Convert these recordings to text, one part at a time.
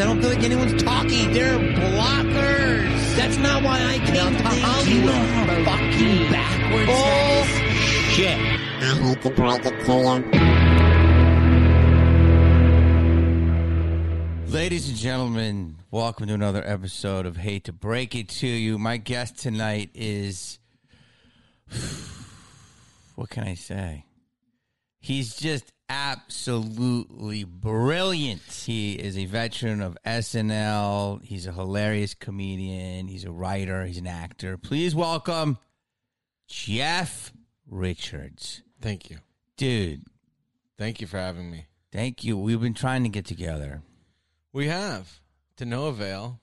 I don't feel like anyone's talking. They're blockers. That's not why I came to Oh, Hollywood. Fucking backwards. Bullshit. I hate to break it to you. Ladies and gentlemen, welcome to another episode of Hate to Break It to You. My guest tonight is. What can I say? He's just absolutely brilliant. He is a veteran of SNL. He's a hilarious comedian. He's a writer. He's an actor. Please welcome Jeff Richards. Thank you. Dude, Thank you for having me. thank you. We've been trying to get together. We have, to no avail.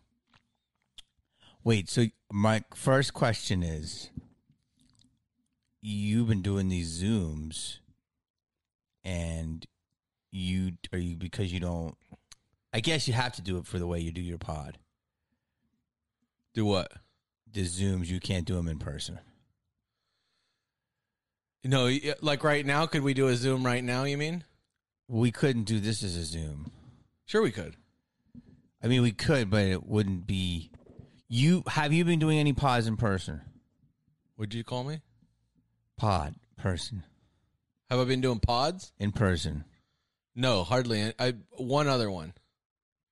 Wait, so my first question is you've been doing these zooms and you are you because you don't I guess you have to do it for the way you do your pod. Do what? The zooms you can't do them in person. No, y- like right now, could we do a Zoom right now, you mean? We couldn't do this as a zoom. Sure, we could. I mean, we could, but it wouldn't be you have you been doing any pods in person? Would you call me? Pod person Have I been doing pods? in person. No, hardly. I One other one.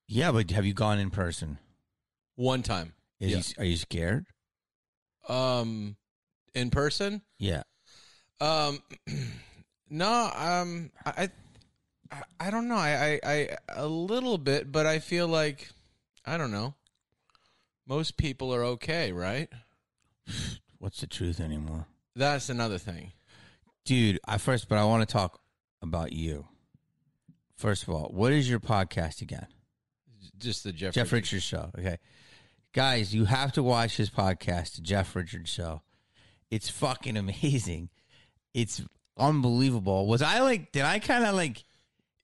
Yeah, but have you gone in person? One time. Is Yeah. you, are you scared? Um, in person? Yeah. Um, no, um, I, I, I don't know. I, I, I, a little bit, but I feel like, I don't know. Most people are okay, right? What's the truth anymore? That's another thing. Dude, I first, but I want to talk about you. First of all, what is your podcast again? Just the Jeff, Jeff Richards. Richards Show. Okay. Guys, you have to watch his podcast, The Jeff Richards Show. It's fucking amazing. It's unbelievable. Was I like, did I kind of like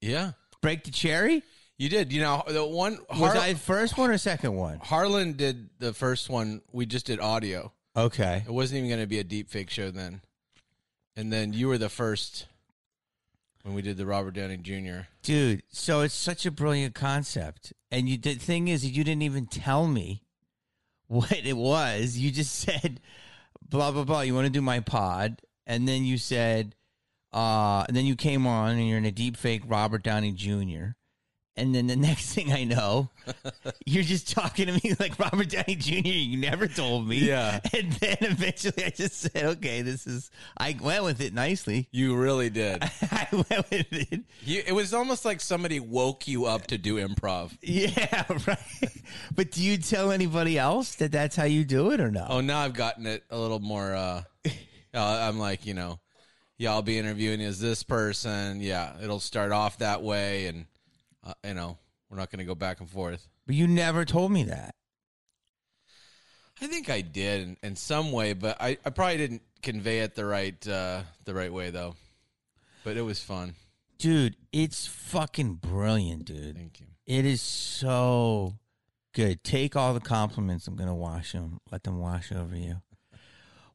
Yeah, break the cherry? you did. You know the one Was Har- I first one or second one? Harlan did the first one. We just did audio. Okay. It wasn't even going to be a deep fake show then. And then you were the first when we did the Robert Downey Jr. Dude, so it's such a brilliant concept. And you the thing is you didn't even tell me what it was. You just said blah blah blah, you want to do my pod and then you said uh and then you came on and you're in a deep fake Robert Downey Jr. And then the next thing I know, you're just talking to me like Robert Downey Jr. You never told me. Yeah. And then eventually I just said, okay, this is, I went with it nicely. You really did. I went with it. You, it was almost like somebody woke you up to do improv. Yeah, right. but do you tell anybody else that that's how you do it or no? Oh, now I've gotten it a little more. Uh, uh, I'm like, you know, yeah, I'll be interviewing as this person. Yeah, it'll start off that way, and uh, you know, we're not going to go back and forth. But you never told me that. I think I did in, in some way, but I, I probably didn't convey it the right uh, the right way though. But it was fun. Dude, it's fucking brilliant, dude. Thank you. It is so good. Take all the compliments. I'm going to wash them. Let them wash over you.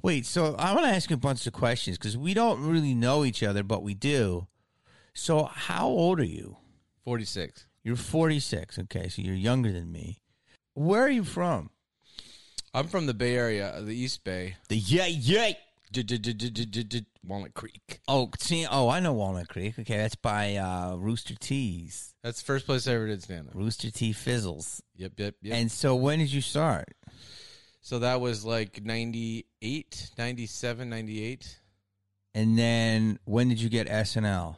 Wait, so I want to ask you a bunch of questions because we don't really know each other, but we do. So, how old are you? Forty six. You're 46. Okay, so you're younger than me. Where are you from? I'm from the Bay Area, uh, the East Bay, The yeah, yeah. Walnut Creek. Oh, see, oh, I know Walnut Creek. Okay, that's by uh, Rooster Tees, That's the first place I ever did stand up. Rooster T Fizzles. Yep, yep, yep. And so, when did you start? so that was like 98, 97, 98, And then, when did you get SNL?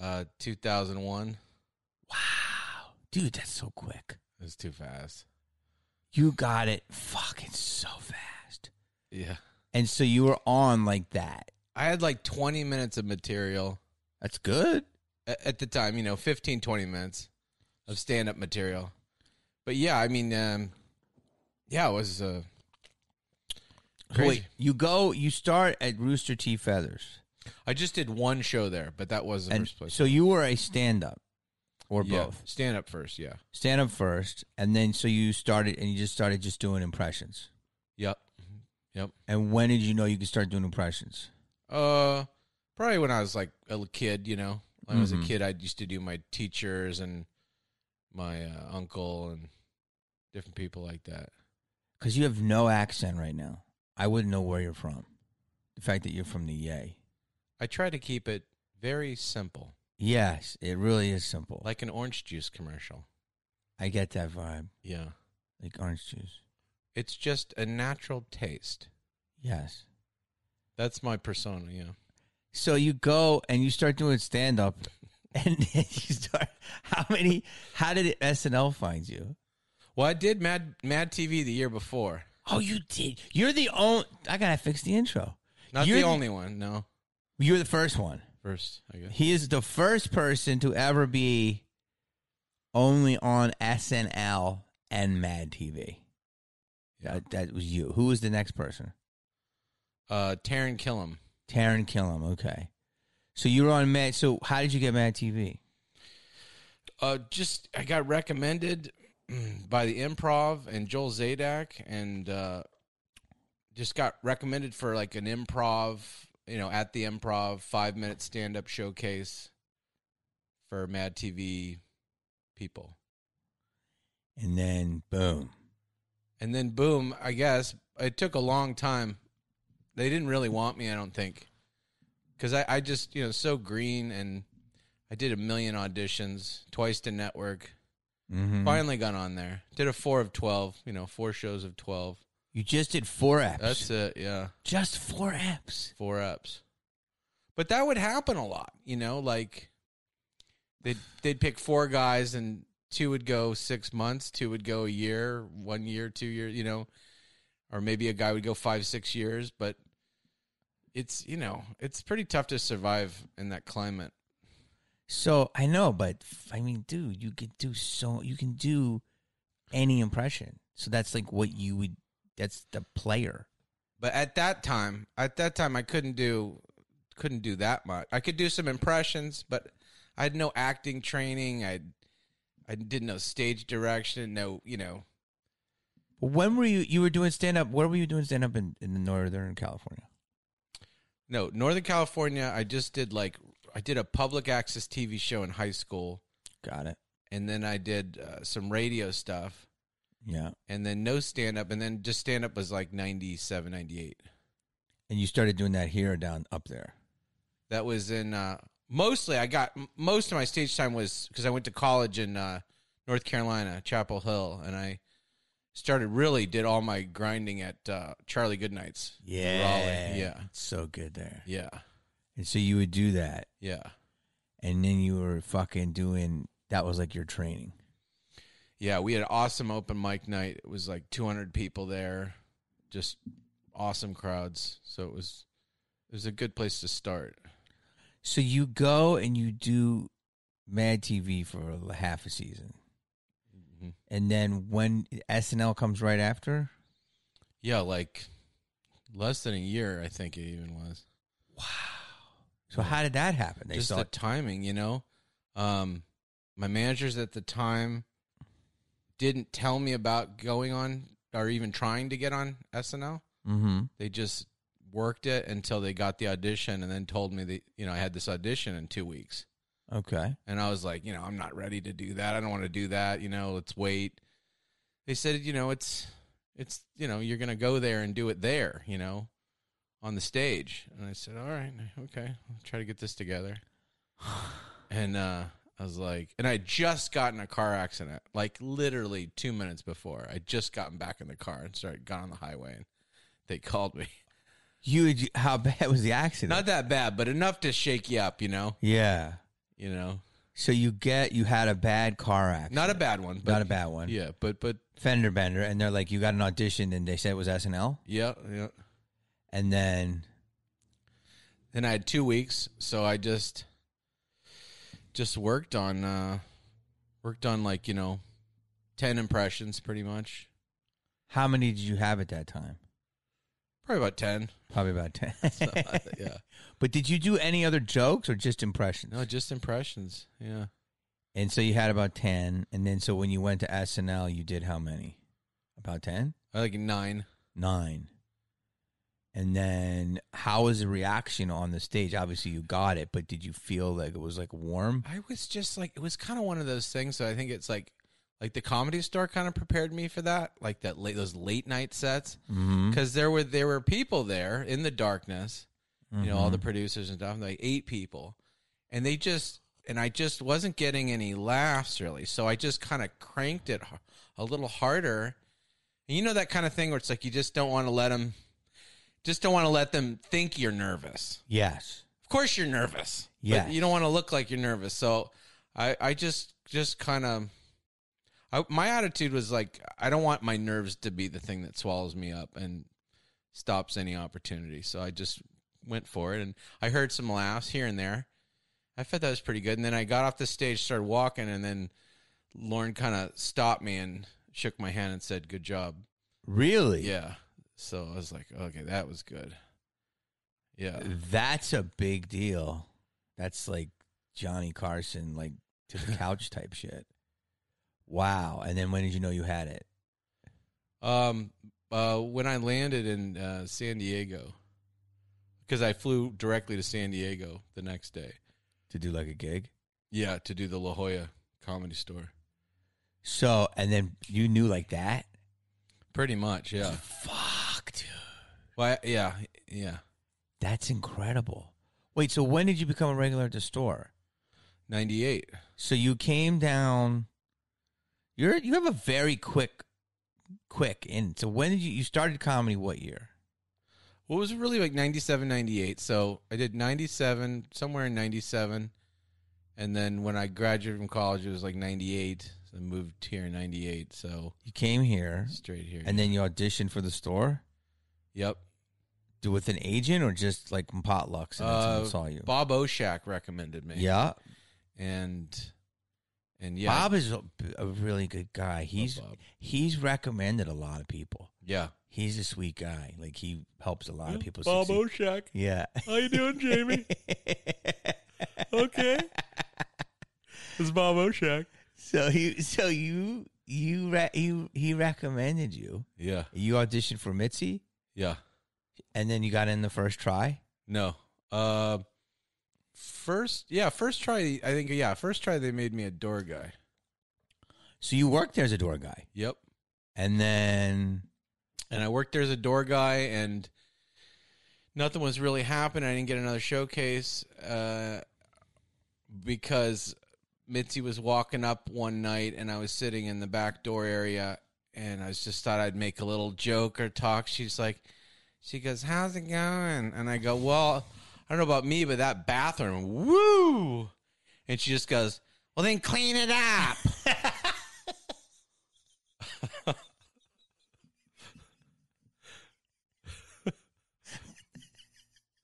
uh, 2001. Wow, dude, that's so quick. It was too fast. You got it fucking so fast. Yeah. And so you were on like that. I had like 20 minutes of material That's good. a- at the time, you know, 15, 20 minutes. of stand up material. But yeah, I mean, um, yeah, it was uh, crazy. Wait, you go, you start at Rooster Tea Feathers, I just did one show there, but that was the and first place. so you were a stand up, or yeah, both stand up first, yeah, stand up first, and then so you started and you just started just doing impressions. yep, yep. And when did you know you could start doing impressions? Uh, probably when I was like a l- kid, you know. When I was a Mhm. kid, I used to do my teachers and my uh, uncle and different people like that. Because you have no accent right now. I wouldn't know where you're from. The fact that you're from the Yay. I try to keep it very simple, Yes, it really is simple. Like like an orange juice commercial. I get that vibe, Yeah, like orange juice. it's just a natural taste. Yes. That's my persona. Yeah. So you go and you start doing stand up, and then you start. How many? How did SNL find you? Well, I did Mad Mad TV the year before. Oh, you did. You're the only. I gotta fix the intro. Not You're the only one. No, You're the first one. first I guess. He is the first person to ever be only on SNL and Mad TV. Yeah. That, that was you. Who was the next person? Uh, Taryn Killam. Taryn Killam. Okay. So you were on Mad. So how did you get Mad TV? Uh, just I got recommended mm, by the improv and Joel Zadak, and uh, just got recommended for like an improv, you know, at the improv five minute stand up showcase for Mad TV people, And then boom. and then boom, I guess it took a long time. They didn't really want me, I don't think, because I, I just you know so green and I did a million auditions twice to network. Mhm. Finally got on there. Did a four of twelve. You know, four shows of twelve. You just did four apps. That's it. Yeah, just four apps. four ups. But that would happen a lot. You know, like they'd they'd pick four guys and two would go six months, two would go a year, one year, two years. You know, or maybe a guy would go five, six years. But it's you know it's pretty tough to survive in that climate. So I know, but f- I mean, dude, you can do so. You can do any impression. So that's like what you would. That's the player. But at that time, at that time, I couldn't do couldn't do that much. I could do some impressions, but I had no acting training. I I didn't know stage direction. No, you know, When were you? You were doing stand up. Where were you doing stand up in, in Northern California? no. Northern California. I just did like I did a public access TV show in high school, Got it. and then I did uh, some radio stuff, Yeah. and then no stand up, and then just stand up was like 97, 98. And you started doing that here, down up there. that was in uh, mostly I got m- most of my stage time was because I went to college in uh, North Carolina, Chapel Hill, and I started really did all my grinding at uh, Charlie Goodnight's. in Raleigh. yeah, It's so good there. yeah, And so you would do that, yeah, and then you were fucking doing. That was like your training. yeah. We had an awesome open mic night. It was like 200 people there, just awesome crowds. So it was it was a good place to start. So you go and you do Mad TV for a half a season, Mhm. and then when SNL comes right after, Yeah, like less than a year, I think it even was. so how did that happen? They just saw the timing, you know. Um, my managers at the time didn't tell me about going on or even trying to get on SNL. mm-hmm. They just worked it until they got the audition, and then told me that you know I had this audition in two weeks, Okay, and I was like, you know, I'm not ready to do that. I don't want to do that. You know, let's wait. They said, you know, it's it's you know you're gonna go there and do it there, you know, on the stage. And I said, all right, okay, I'll try to get this together and uh, I was like, and I had just got in a car accident, like literally two minutes before. I just gotten back in the car and started got on the highway, and they called me. you would- how bad was the accident? Not that bad, but enough to shake you up, you know. yeah. You know, So you get you had a bad car accident, not a bad one, but not a bad one, yeah, but but fender bender, and they're like you got an audition, and they said it was SNL, yeah, yeah. and then Then I had two weeks, so I just just worked on uh, Worked on like, you know, 10 impressions pretty much. How many did you have at that time? Probably about 10. Probably about ten. yeah. But did you do any other jokes or just impressions? No, just impressions. Yeah. And so you had about ten, and then so when you went to SNL, you did how many? About ten, I Like 9. nine. And then how was the reaction on the stage? Obviously, you got it, but did you feel like it was like warm? I was just like, it was kind of one of those things. So I think it's like, like the comedy store kind of prepared me for that, like that late, those late night sets, Mm-hmm. because there were there were people there in the darkness, Mm-hmm. you know, all the producers and stuff, like eight people, and they just and I just wasn't getting any laughs really, so I just kind of cranked it h- a little harder, and you know that kind of thing where it's like you just don't want to let them, just don't want to let them think you're nervous. Yes. Of course you're nervous. Yes. But you don't want to look like you're nervous. So I, I just just kind of I, my attitude was like I don't want my nerves to be the thing that swallows me up and stops any opportunity. So I just went for it and I heard some laughs here and there. I felt that was pretty good. And then I got off the stage, started walking, and then Lauren kind of stopped me and shook my hand and said, "Good job." Really? Yeah. So I was like, "Okay, that was good." Yeah. That's a big deal. That's like Johnny Carson, like to the couch type shit. Wow. And then when did you know you had it? Um, uh, when I landed in uh, San Diego, because I flew directly to San Diego the next day. To do like a gig? Yeah, to do the La Jolla Comedy Store. So, and then you knew like that? Pretty much, yeah. Fuck, dude. Well, I- yeah, yeah. That's incredible. Wait, so when did you become a regular at the store? Ninety-eight. So you came down. You're you have a very quick, quick in. So when did you you started comedy? What year? Well, it was really like 97, 98. So I did ninety-seven somewhere in ninety-seven, and then when I graduated from college, it was like ninety-eight. So I moved here in ninety-eight. So You came here, straight here. and then you auditioned for the store. yep. Do with an agent or just like potlucks and that's Uh, someone saw you? Bob Oshak recommended me. yeah. and and yeah, Bob is a, a really good guy. He's Bob. he's recommended a lot of people. yeah. He's a sweet guy. Like he helps a lot of people. Bob succeed. Oshak, Yeah. how you doing, Jamie? okay, it's Bob Oshak. So he, so you, you, re- you, he recommended you. Yeah, You auditioned for Mitzi, yeah. and then you got in the first try. No, uh, first, yeah, first try. I think yeah, first try they made me a door guy. So you worked there as a door guy, Yep, and then and I worked there as a door guy, and nothing was really happening. I didn't get another showcase uh, because Mitzi was walking up one night, and I was sitting in the back door area, and I was just thought I'd make a little joke or talk. She's like, she goes, "How's it going?" And I go, "Well, I don't know about me, but that bathroom, woo!" And she just goes, "Well, then clean it up."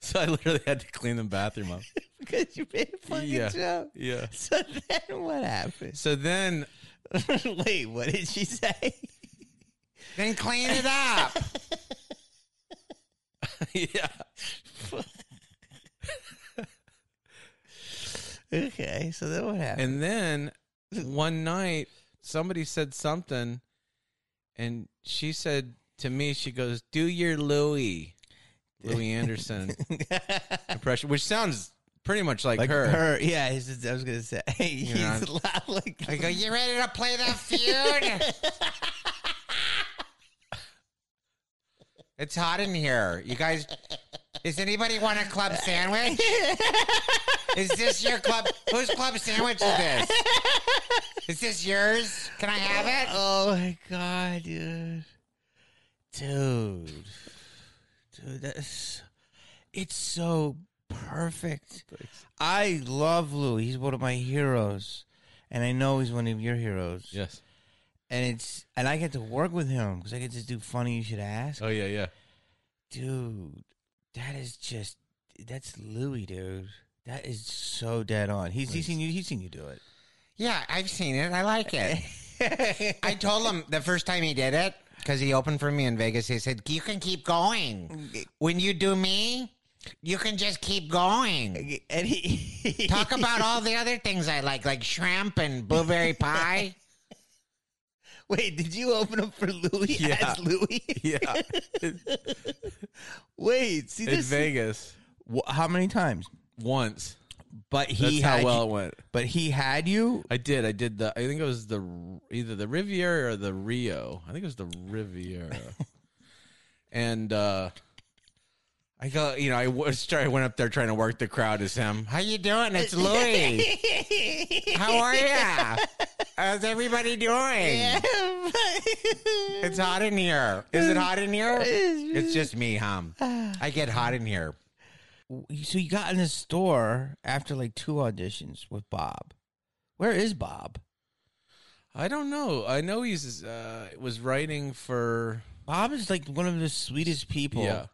so I literally had to clean the bathroom up. because you made a fucking Yeah. joke. Yeah. So then what happened? So then Wait, what did she say? Then clean it up. yeah. Okay, so then what happened? And then one night, somebody said something, and she said to me, she goes, Do your Louis, Louis Anderson impression, which sounds pretty much like, like her. her, yeah. He's just, I was gonna say he's know, a lot like. I go, You ready to play that feud? it's hot in here. You guys, Does anybody want a club sandwich? is this your club? Whose club sandwich is this? Is this yours? Can I have it? Oh my god, dude. Dude. Dude, that's it's so perfect. I love Lou. He's one of my heroes. And I know he's one of your heroes. yes. And it's and I get to work with him because I get to do funny you should ask. Oh, yeah, yeah. Dude, that is just that's Louis, dude. That is so dead on. He's he's seen you he's seen you do it. Yeah, I've seen it. I like it. I told him the first time he did it because he opened for me in Vegas. He said, "You can keep going. When you do me, you can just keep going. And he Talk about all the other things I like, like shrimp and blueberry pie." Wait, did you open up for Louis? Yeah. As Louis? Yeah, Wait, see in this? Vegas Wh- How many times? once. But he That's had how well you- it went. But he had you. I did. I did the. I think it was the either the Riviera or the Rio. I think it was the Riviera. and uh I go. You know, I was trying. I went up there trying to work the crowd as him. How you doing? It's Louie. How are ya? How's everybody doing? It's hot in here. Is it hot in here? It's just me, hum. I get hot in here. so you got in the store after like two auditions with Bob. Where is Bob? I don't know. I know he's uh was writing for. Bob is like one of the sweetest people Yeah.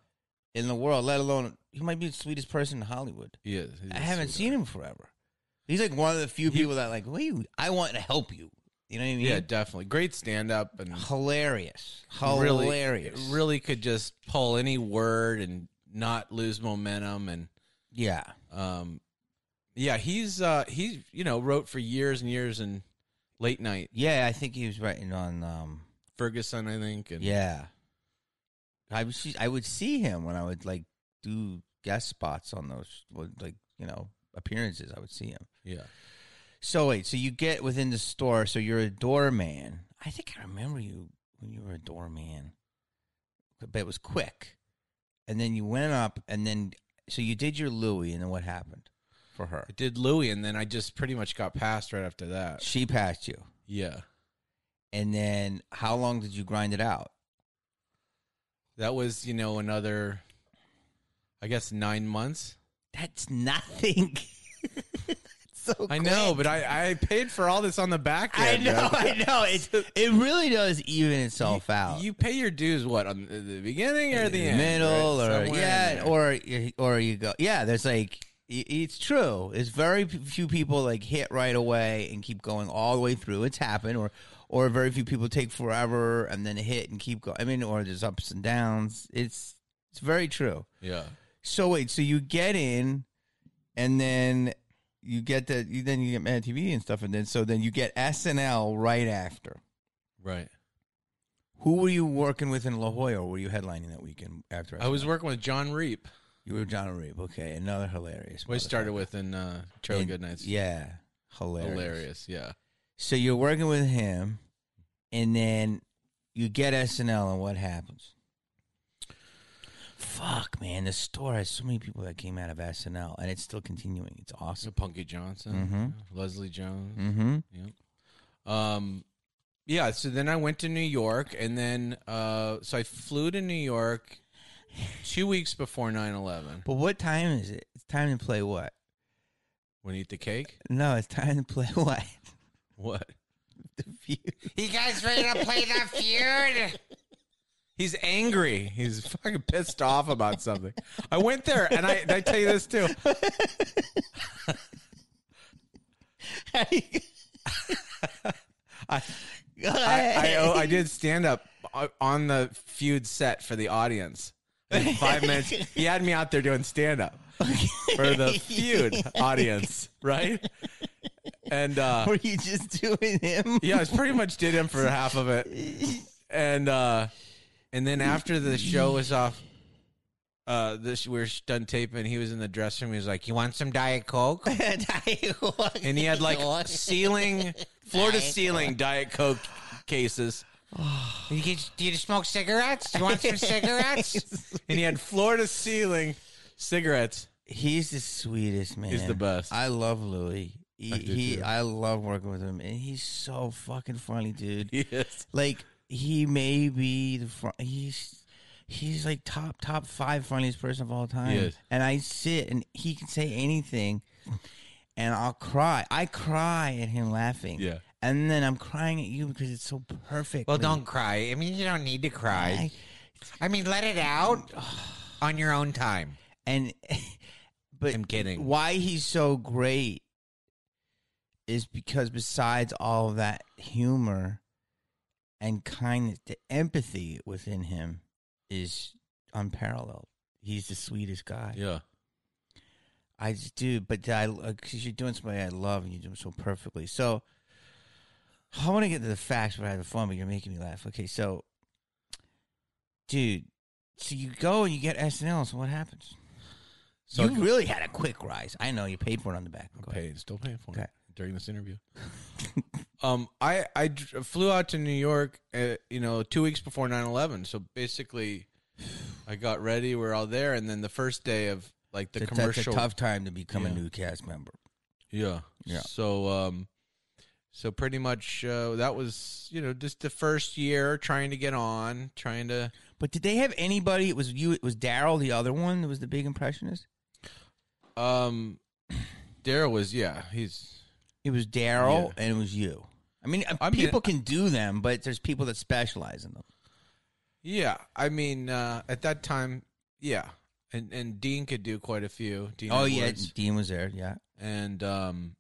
in the world. Let alone he might be the sweetest person in Hollywood. Yeah, he's I haven't sweet. seen him forever. He's like one of the few people that like, wait, I want to help you. You know what I mean? Yeah, definitely great stand up and Hilarious. really- Hilarious. Really could just pull any word and not lose momentum and Yeah. um yeah he's uh he's you know wrote for years and years and late night Yeah, I think he was writing on um ferguson i think and Yeah. I would see, I would see him when I would like do guest spots on those would, like, you know, appearances. I would see him. yeah So wait, so you get within the store, so you're a doorman. I think I remember you when you were a doorman. But it was quick. And then you went up and then so you did your Louis and then what happened for her? i did louis and then i just pretty much got passed right after that She passed you. yeah And then how long did you grind it out? that was you know another i guess nine months That's nothing. so i know but i i paid for all this on the back I end know, man. I know. It it really does even itself out. you pay your dues what on the- the beginning or the, end, middle, right? or Somewhere in yeah, there. or you- or you go, yeah. There's like i- it's true. It's very p- few people like hit right away and keep going all the way through. It's happened, or or very few people take forever and then hit and keep going. I mean, or there's ups and downs. It's it's very true. yeah So wait, so you get in, and then you get the you, then you get Mad TV and stuff, and then so then you get SNL right after. right Who were you working with in La Jolla, or were you headlining that weekend after? i was SNL? working with john reap You were John Reeb. Okay, another hilarious. we started motherfucker. with in uh charlie And- goodnight's Yeah, hilarious. hilarious yeah So you're working with him, and then you get SNL, and what happens? Fuck, man, the store has so many people that came out of SNL, and it's still continuing. It's awesome. Punky Johnson, Leslie Jones. Mm-hmm. Um, yeah. So then I went to New York, and then uh, so I flew to New York two weeks before 9-11. But what time is it? It's time to play what? Want to eat the cake? No, it's time to play what? What? the view. You guys ready to play the feud? He's angry. He's fucking pissed off about something. I went there, and I, I tell you this too. I, I oh, I, I did stand up on the feud set for the audience. In five minutes, he had me out there doing stand up for the feud audience, right? And uh, Were you just doing him? yeah, I was pretty much did him for half of it, and uh, and then after the show was off, uh, this we were done taping. He was in the dressing room. He was like, "You want some Diet Coke?" And he had like ceiling, floor to ceiling Diet Coke cases. You get, do you smoke cigarettes? You want some cigarettes? and he had floor to ceiling cigarettes. He's the sweetest man. the best. I love Louis. He, I I, do he, too. I love working with him, and he's so fucking funny, dude. Yes. Like he may be the front. He's he's like top top five funniest person of all time. Yes. And I sit and he can say anything, and I'll cry. I cry at him laughing. Yeah. And then I'm crying at you because it's so perfect. well, don't cry. I mean, you don't need to cry. I mean, let it out on your own time. and but I'm kidding. Why he's so great is because besides all of that humor and kindness, the empathy within him is unparalleled. He's the sweetest guy. Yeah. I just do, but I because you're doing somebody I love and you do it so perfectly. So I want to get to the facts, but I have fun. But you're making me laugh. Okay, so dude, so you go and you get SNL. So what happens? So you I go- really had a quick rise. I know you paid for it on the back. Go I'm ahead. paid, still paying for Okay. it during this interview. um, I I dr- flew out to New York, uh, you know, two weeks before 9-11. So basically, I got ready. We're all there, and then the first day of like the It's a- commercial, It's a tough time to become a Yeah. new cast member. yeah, Yeah. So um, so pretty much uh, that was you know just the first year trying to get on, trying to. But did they have anybody? It was you. It was Daryl, the other one that was the big impressionist. Um, Daryl was yeah, he's It was Daryl, Yeah. and it was you. I mean, uh, I mean- people can do them, but there's people that specialize in them. yeah. I mean, uh, at that time, yeah. And, and Dean could do quite a few. Dean oh yeah, Woods. Dean was there. Yeah, and um,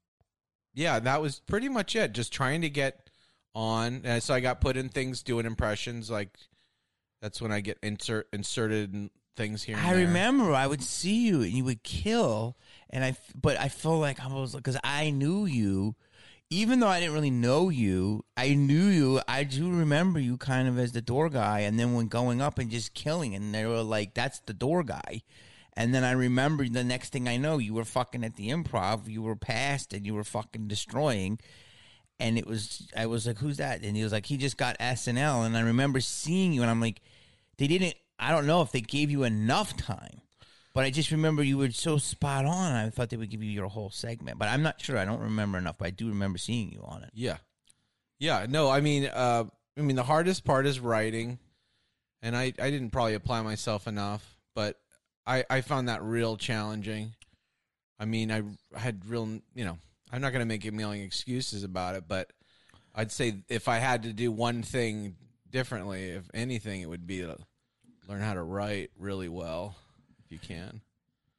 yeah, that was pretty much it. Just trying to get on, and so I got put in things doing impressions. Like that's when I get insert inserted in things here. And I there. remember I would see you and you would kill, and I. f- But I felt like I was because I knew you, even though I didn't really know you. I knew you. I do remember you kind of as the door guy, and then when going up and just killing, and they were like, "That's the door guy." And then I remember the next thing I know, you were fucking at the improv. You were passed, and you were fucking destroying. And it was, I was like, "Who's that?" And he was like, "He just got SNL." And I remember seeing you, and I'm like, "They didn't." I don't know if they gave you enough time, but I just remember you were so spot on. I thought they would give you your whole segment, but I'm not sure. I don't remember enough, but I do remember seeing you on it. Yeah, yeah. No, I mean, uh, I mean, the hardest part is writing, and I I didn't probably apply myself enough, but I I found that real challenging. I mean, I had real, you know, I'm not going to make a million excuses about it, but I'd say if I had to do one thing differently, if anything, it would be to learn how to write really well if you can.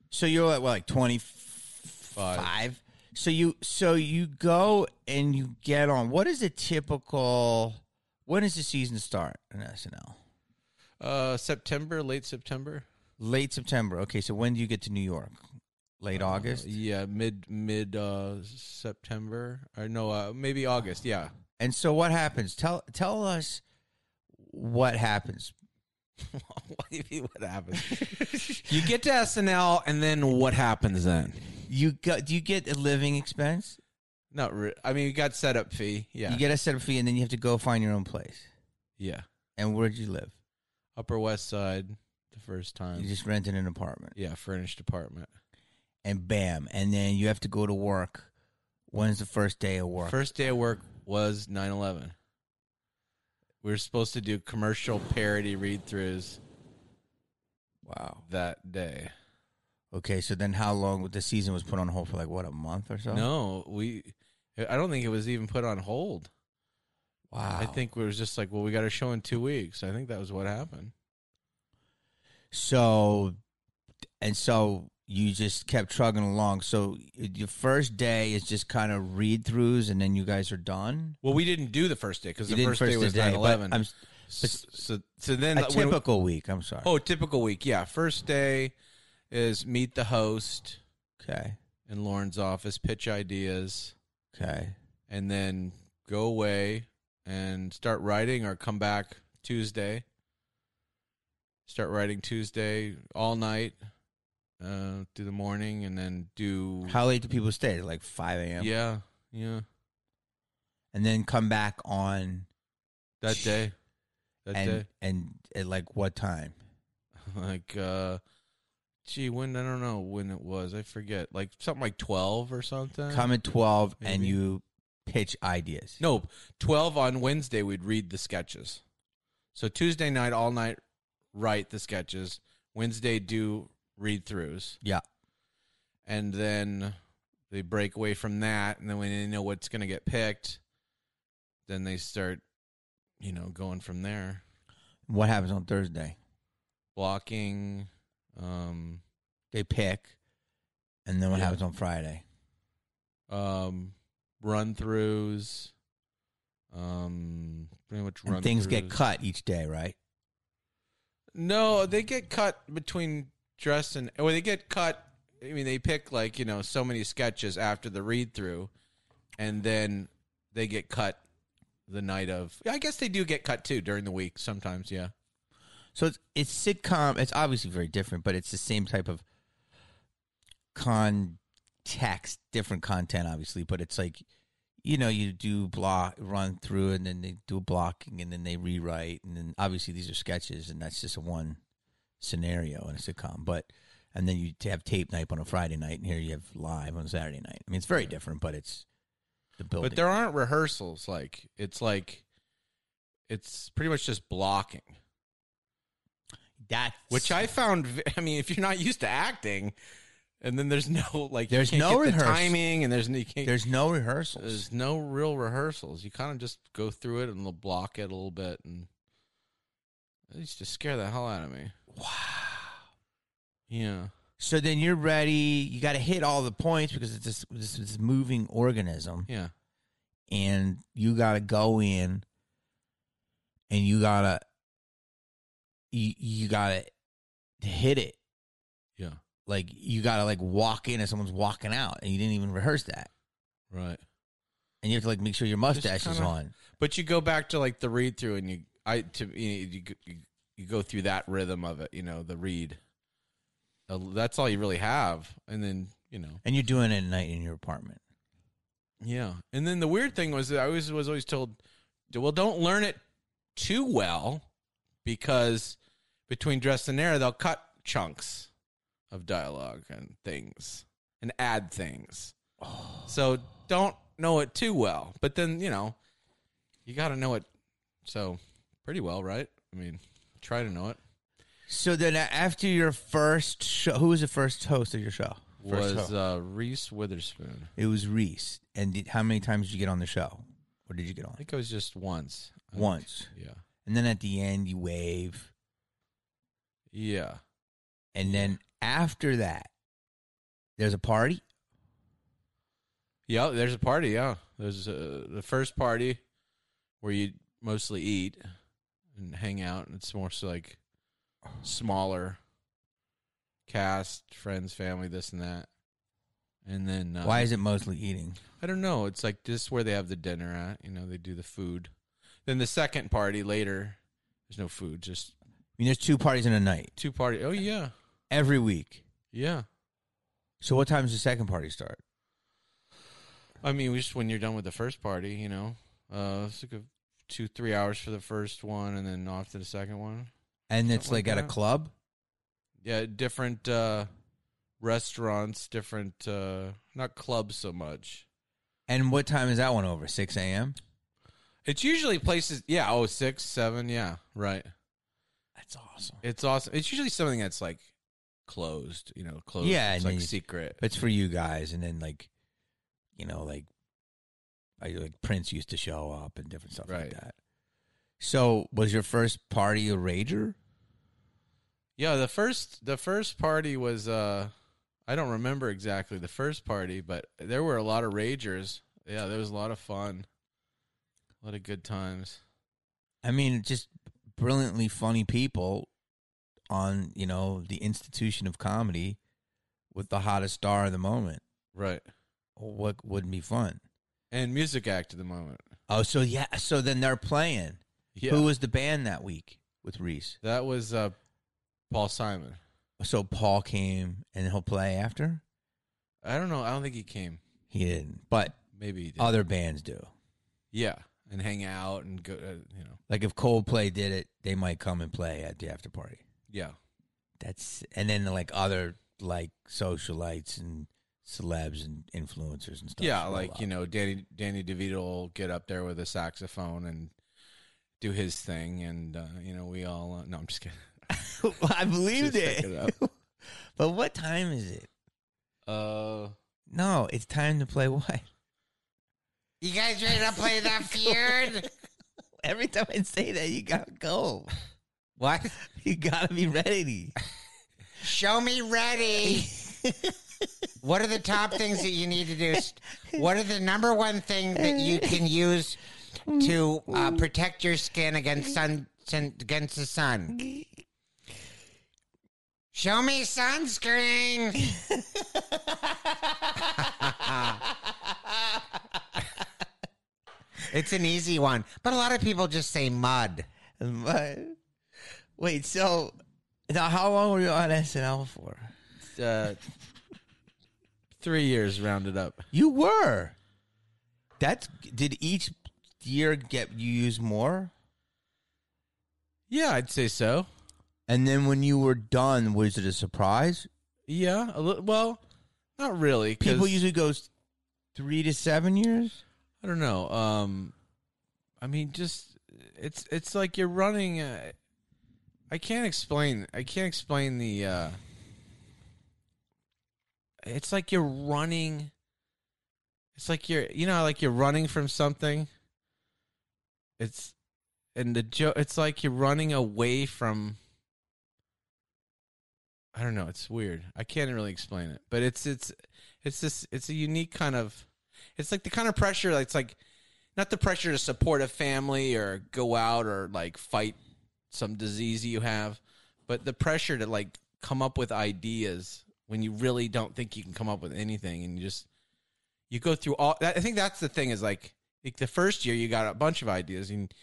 So you're like what, like 25. So you so you go and you get on. What is a typical? When does the season start in SNL? Uh, September, late September, Late September. Okay, so when do you get to New York? Late August. Uh, yeah, mid mid uh, September or no, uh, maybe August. Yeah. And so what happens? Tell tell us what happens. what do you mean? What happens? you get to SNL, and then what happens then? You go, do you get a living expense? Not. Re- I mean, you got setup fee. Yeah. You get a setup fee, and then you have to go find your own place. yeah. And where'd you live? Upper West Side, the first time. You just rented an apartment, yeah, furnished apartment. and bam, and then you have to go to work. When's the first day of work? First day of work was 9-11. We were supposed to do commercial parody read-throughs wow. that day. Okay, so then how long the season was put on hold for? Like what, a month Oh. or so? No, we. I don't think it was even put on hold. Wow. I think we was just like, well, we got a show in two weeks. I think that was what happened. so, and so you just kept trugging along. So your first day is just kind of read throughs, and then you guys are done. Well, we didn't do the first day because You the didn't first day was day, 9 but 11. I'm S- so so then a like, when- typical week. I'm sorry. oh typical week yeah first day is meet the host Okay. in Lauren's office pitch ideas Okay. and then go away and start writing or come back Tuesday start writing Tuesday all night uh through the morning and then do How late do people stay? Like 5 a.m. yeah yeah And then come back on that day that and, day and at like what time? like uh gee when i don't know when it was i forget like something like 12 or something Come at 12 and Uh, maybe. you pitch ideas. no 12 on wednesday we'd read the sketches so tuesday night all night write the sketches wednesday do read throughs Yeah. and then they break away from that and then when they know what's going to get picked then they start you know going from there What happens on Thursday? blocking um They pick. And then what Yeah. happens on Friday? um run throughs. Um, pretty much run And things get cut each day, right? No, they get cut between dress and or they get cut. I mean, they pick like you know so many sketches after the read through, and then they get cut the night of. Yeah, I guess they do get cut too during the week sometimes. Yeah, So it's, it's sitcom. It's obviously very different, but it's the same type of context, different content, obviously. But it's like, you know, you do block run through, and then they do blocking, and then they rewrite, and then obviously these are sketches, and that's just one scenario in a sitcom. But and then you have tape night on a Friday night, and here you have live on Saturday night. I mean, it's very different, but it's the building. but there aren't rehearsals. Like it's like it's pretty much just blocking. that's which I found. v- I mean, if you're not used to acting, and then there's no like, you There's can't no get the rehearsal. timing, and there's no, you can't, there's there's no rehearsals. no real rehearsals. You kind of just go through it and they'll block it a little bit, and it used to scare the hell out of me. wow. Yeah, So then you're ready. You got to hit all the points because it's this this, this moving organism, yeah, and you got to go in, and you gotta you, you gotta hit it. yeah, Like you gotta like walk in as someone's walking out, and you didn't even rehearse that, right. and you have to like make sure your mustache is kinda- on. But you go back to like the read through, and you, I, to you, you, you, you go through that rhythm of it. You know, the read. Uh, That's all you really have, and then you know. And you're doing it at night in your apartment. Yeah, and then the weird thing was that I was was always told, "D- well, don't learn it too well, because between dress and air, they'll cut chunks of dialogue and things and add things. Oh. So don't know it too well. But then you know, you got to know it so pretty well, right? I mean, try to know it. So then a- after your first show, who was the first host of your show? First was show. uh, Reese Witherspoon? it was Reese. And did, how many times did you get on the show, or did you get on? I think it was just once. I think- once. Yeah. And then at the end, you wave. Yeah. And then after that, there's a party. Yeah, there's a party. Yeah, there's uh the first party where you mostly eat and hang out, and it's more so like smaller cast, friends, family, this and that. And then uh, Why is it mostly eating? I don't know. It's like this is where they have the dinner at. You know, they do the food. Then the second party later, there's no food, just I mean, there's two parties in a night two party. Oh yeah, every week. yeah. So what time does the second party start? I mean, we just when you're done with the first party, you know, uh, it's like a two three hours for the first one, and then off to the second one. And it's Something like like at a that. club. Yeah, different uh, restaurants, different uh, not clubs so much. And what time is that one over? Six a.m. It's usually places. Yeah, oh six seven. Yeah, right. That's awesome. It's awesome. It's usually something that's like closed. You know, closed. Yeah, it's and like you- secret. It's for you guys. And then like, you know, like, I like Prince used to show up and different stuff Right. like that. So was your first party a rager? Yeah, the first the first party was uh I don't remember exactly the first party, but there were a lot of ragers. Yeah, there was a lot of fun. A lot of good times. I mean, just brilliantly funny people on, you know, the institution of comedy with the hottest star of the moment. Right. What wouldn't be fun? And music act at the moment. Oh, so yeah, so then they're playing. Yeah. Who was the band that week with Reese? that was uh Paul Simon. So Paul came and he'll play after? I don't know, I don't think he came. He didn't, but Maybe he did. other bands do. yeah, and hang out and go uh, you know. Like if Coldplay did it, they might come and play at the after party. Yeah. That's and then like other like socialites and celebs and influencers and stuff. yeah, roll like, up. you know, Danny Danny DeVito will get up there with a saxophone and do his thing and uh, you know, we all uh, no, I'm just kidding. I believed Just it. pick it but what time is it? Uh No, it's time to play what? You guys ready to play that feud? Every time I say that, you gotta go. What? You gotta be ready. Show me ready. What are the top things that you need to do? What are the number one thing that you can use to uh, protect your skin against sun sun- against the sun? Show me sunscreen. it's an easy one, but a lot of people just say mud. But wait, so now how long were you on SNL for? Uh, three years rounded up. You were. That's did each year get you use more? Yeah, I'd say so. And then when you were done, was it a surprise? Yeah, a li- well, not really. 'cause- People usually go s- three to seven years. I don't know. Um, I mean, just it's it's like you're running. Uh, I can't explain. I can't explain the. Uh, it's like you're running. It's like you're you know like you're running from something. It's and the joke. It's like you're running away from. I don't know. It's weird. I can't really explain it, but it's it's it's this it's a unique kind of it's like the kind of pressure that's like not the pressure to support a family or go out or like fight some disease you have, but the pressure to like come up with ideas when you really don't think you can come up with anything and you just you go through all that, I think that's the thing is like like the first year you got a bunch of ideas and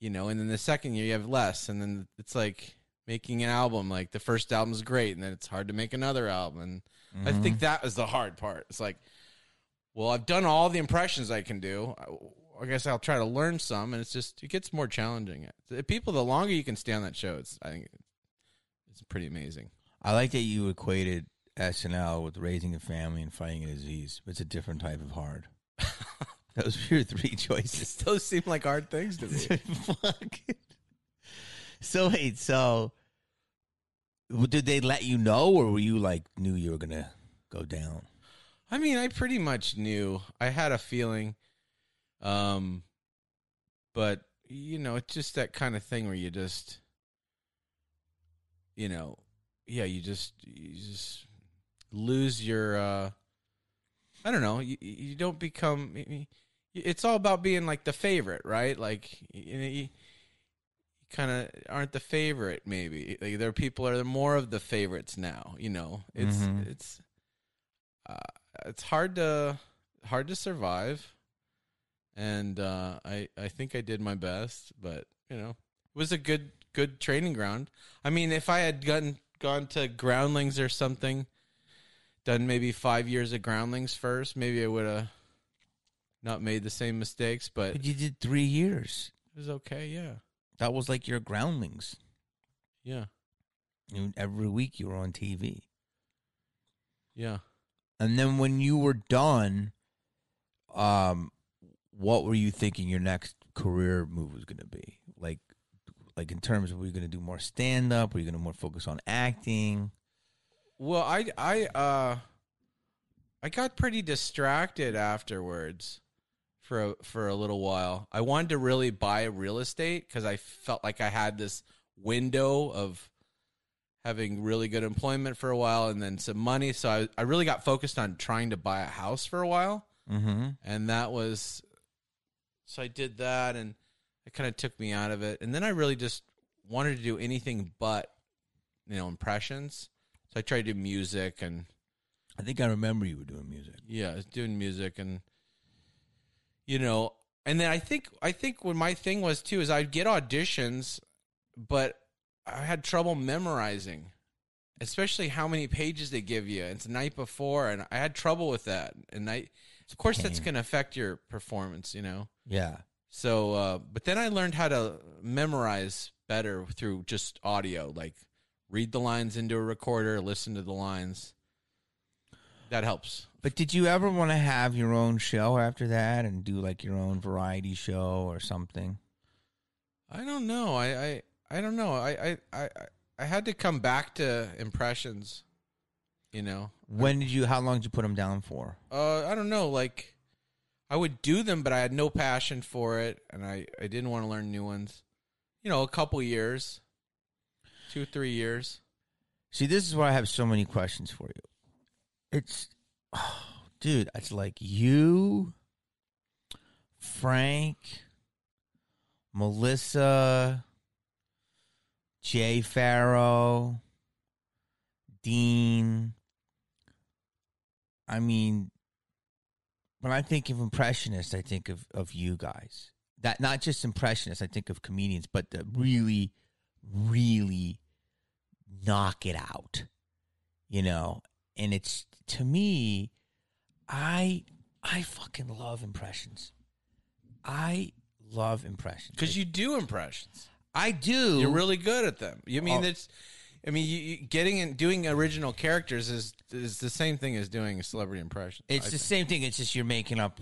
you know and then the second year you have less and then it's like making an album like the first album's great and then it's hard to make another album and I think that was the hard part. It's like, well, I've done all the impressions I can do. I, I guess I'll try to learn some, and it's just it gets more challenging. The people, the longer you can stay on that show, it's I think it's pretty amazing. I like that you equated SNL with raising a family and fighting a disease. It's a different type of hard. Those were your three choices. Those seem like hard things to me. Fuck. So wait, so w- did they let you know, or were you like knew you were gonna go down? I mean, I pretty much knew. I had a feeling, um, but you know, it's just that kind of thing where you just, you know, yeah, you just you just lose your. uh I don't know. You you don't become. I mean, It's all about being like the favorite, right? Like you, know, you kind of aren't the favorite. Maybe like there are people that are more of the favorites now. You know, it's Mhm. it's uh, it's hard to hard to survive and uh i i think i did my best but you know it was a good good training ground i mean if i had gotten gone to groundlings or something done maybe five years of groundlings first maybe i would have not made the same mistakes but But it you did three years. was okay yeah That was like your groundlings. yeah You, every week you were on TV. yeah And then when you were done, um, what were you thinking your next career move was going to be? Like, like in terms of were you going to do more stand up? Were you going to more focus on acting? Well, I I uh I got pretty distracted afterwards for a, for a little while. I wanted to really buy real estate cuz I felt like I had this window of having really good employment for a while and then some money, so I I really got focused on trying to buy a house for a while Mm-hmm. and that was so I did that and it kind of took me out of it and then I really just wanted to do anything but you know impressions so I tried to do music and I think I remember you were doing music. yeah I was doing music and you know and then I think I think when my thing was too is I'd get auditions but I had trouble memorizing especially how many pages they give you it's the night before and I had trouble with that and I of course that's Pain. going to affect your performance you know Yeah. so, uh, but then I learned how to memorize better through just audio, like read the lines into a recorder, listen to the lines. That helps. But did you ever want to have your own show after that and do like your own variety show or something? I don't know. I, I, I don't know. I, I, I, I- I had to come back to impressions, you know? When did you? How long did you put them down for? Uh, I don't know. Like, I would do them, but I had no passion for it, and I, I didn't want to learn new ones. You know, a couple years, two, three years. See, this is why I have so many questions for you. It's, oh, dude, it's like you, Frank, Melissa, Jay Farrow, Dean. I mean, when I think of impressionists, I think of, of you guys. That not just impressionists, I think of comedians, but the really, really knock it out. You know? And it's to me, I I fucking love impressions. I love impressions. because you do impressions. I do You're really good at them. You mean Oh. it's? I mean, you, you getting and doing original characters is is the same thing as doing a celebrity impression. It's I the same thing. It's just you're making up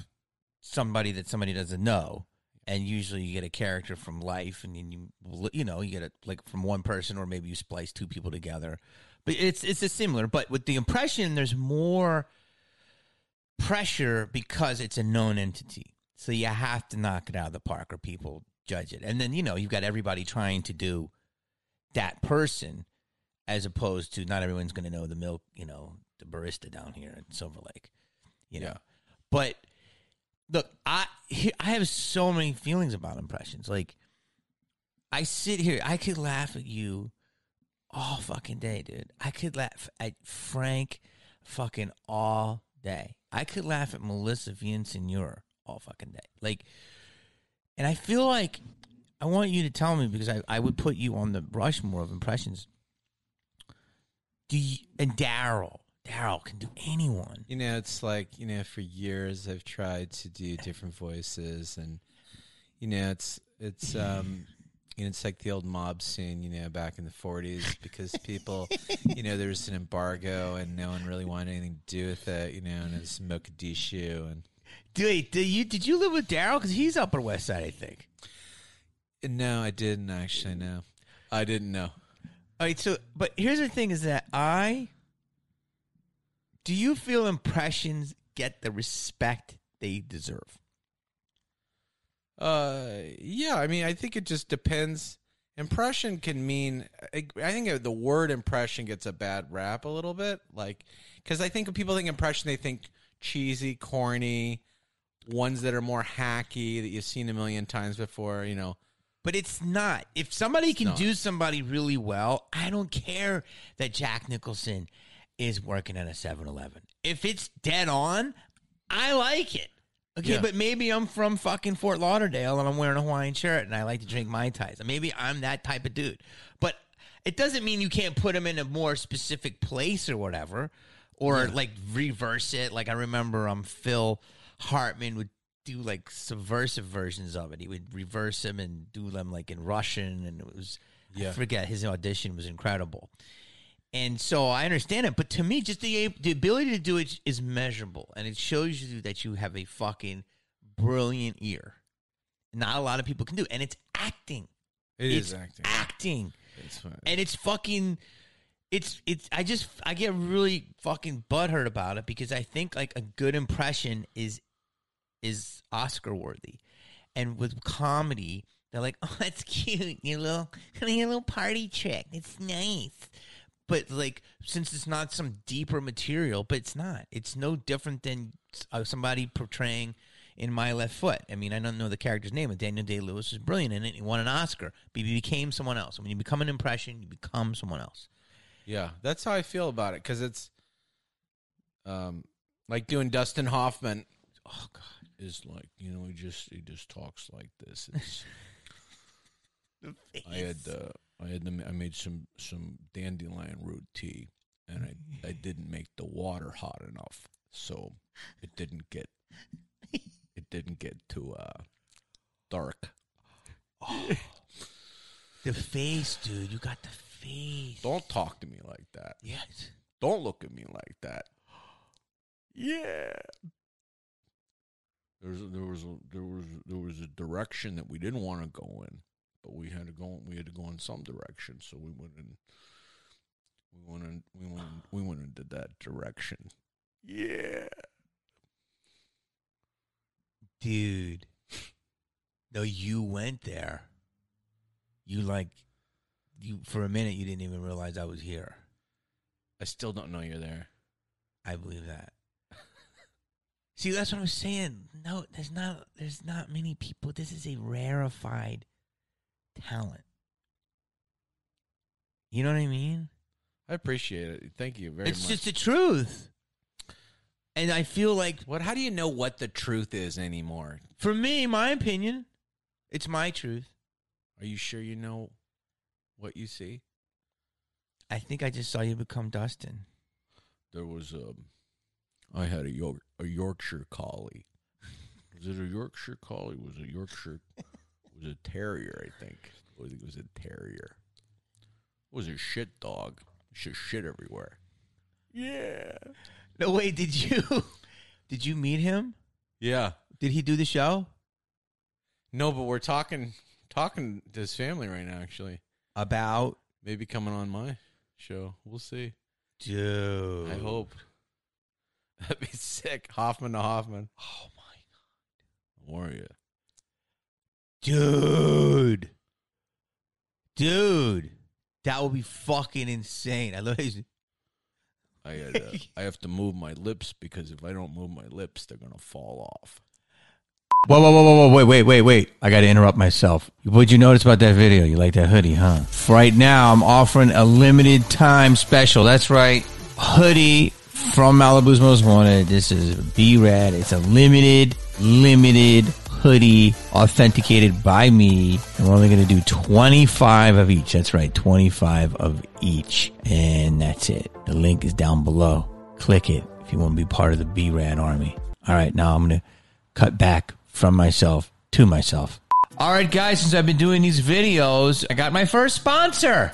somebody that somebody doesn't know, and usually you get a character from life, and then you you know you get it like from one person, or maybe you splice two people together. But it's it's a similar. But with the impression, there's more pressure because it's a known entity, so you have to knock it out of the park, or people judge it. And then you know you've got everybody trying to do that person as opposed to not everyone's going to know the milk, you know, the barista down here in Silver Lake, you know. Yeah. But look, I he- I have so many feelings about impressions. Like I sit here, I could laugh at you all fucking day, dude. I could laugh at Frank fucking all day. I could laugh at Melissa Villasenor all fucking day. Like and I feel like I want you to tell me because I, I would put you on the Rushmore of impressions. Do you, and Daryl. Daryl can do anyone. You know, it's like, you know, for years I've tried to do different voices and you know, it's it's um you know, it's like the old mob scene, you know, back in the forties because people you know, there was an embargo and no one really wanted anything to do with it, you know, and it's Mogadishu and Dude, did you did you live with Daryl? Because he's Upper West Side, I think. and no, I didn't actually know. I didn't know. All right, so but here's the thing: is that I do you feel impressions get the respect they deserve? Uh, yeah. I mean, I think it just depends. Impression can mean. I I think the word impression gets a bad rap a little bit, like because I think when people think impression, they think cheesy, corny, ones that are more hacky that you've seen a million times before. You know, But it's not. If somebody can not. do somebody really well, I don't care that Jack Nicholson is working at a 7 Eleven. If it's dead on, I like it. Okay, Yeah. but maybe I'm from fucking Fort Lauderdale and I'm wearing a Hawaiian shirt and I like to drink Mai Tais. Maybe I'm that type of dude. But it doesn't mean you can't put him in a more specific place or whatever, or like reverse it. Like I remember um, Phil Hartman would do like subversive versions of it. He would reverse them and do them like in Russian, and it was I Yeah. forget his audition was incredible. And so I understand it, but to me, just the ab- the ability to do it is measurable, and it shows you that you have a fucking brilliant ear. Not a lot of people can do, and it's acting. it's it's acting. Acting It's fine. and it's fucking it's it's i just i get really fucking butthurt about it because i think like a good impression is is oscar worthy and with comedy they're like oh that's cute your little your little party trick it's nice but like since it's not some deeper material but it's not it's no different than s- uh, somebody portraying in my left foot i mean i don't know the character's name but daniel day-lewis was brilliant in it he won an oscar but he became someone else when you become an impression you become someone else Yeah, that's how I feel about it because it's, um, like doing Dustin Hoffman. Oh God, is like you know he just he just talks like this. It's I had uh, I had them- I made some some dandelion root tea, and I I didn't make the water hot enough, so it didn't get it didn't get too uh, dark. the face dude you got the face Don't talk to me like that. yes Don't look at me like that. Yeah. There's a, there was a, there was there was a direction that we didn't want to go in, but we had to go we had to go in some direction, so we went in. We went in, we went in, we went into that direction. Yeah. dude no you went there you like you for a minute you didn't even realize i was here I still don't know you're there. I believe that. See, that's what I'm saying. No, there's not there's not many people. This is a rarefied talent. You know what I mean? I appreciate it. Thank you very it's much. just the truth. And I feel like what? How do you know what the truth is anymore? for me, my opinion, it's my truth. Are you sure you know what you see? I think I just saw you become Dustin. There was a. I had a York, a Yorkshire Collie. Was it a Yorkshire Collie? Was a Yorkshire? was a terrier? I think. I think it was a terrier. It was a shit dog. Shit, shit everywhere. Yeah. No way, did you did you meet him? Yeah. Did he do the show? No, but we're talking talking to his family right now. Actually, About maybe coming on my show. We'll see. dude. I hope. That'd be sick. Hoffman to Hoffman. Oh my Warrior. dude. Dude. That would be fucking insane. I love it. I had, uh, I have to move my lips because if I don't move my lips, they're gonna fall off. Whoa, whoa, whoa, whoa, whoa, wait, wait, wait, wait. I got to interrupt myself. What'd you notice about that video? You like that hoodie, huh? Right now, I'm offering a limited time special. That's right. Hoodie from Malibu's Most Wanted. This is B Rad. It's a limited, limited hoodie authenticated by me. And we're only going to do 25 of each. That's right. 25 of each. And that's it. The link is down below. Click it if you want to be part of the B Rad army. All right. Now I'm going to cut back from myself to myself. All right, guys, since I've been doing these videos, I got my first sponsor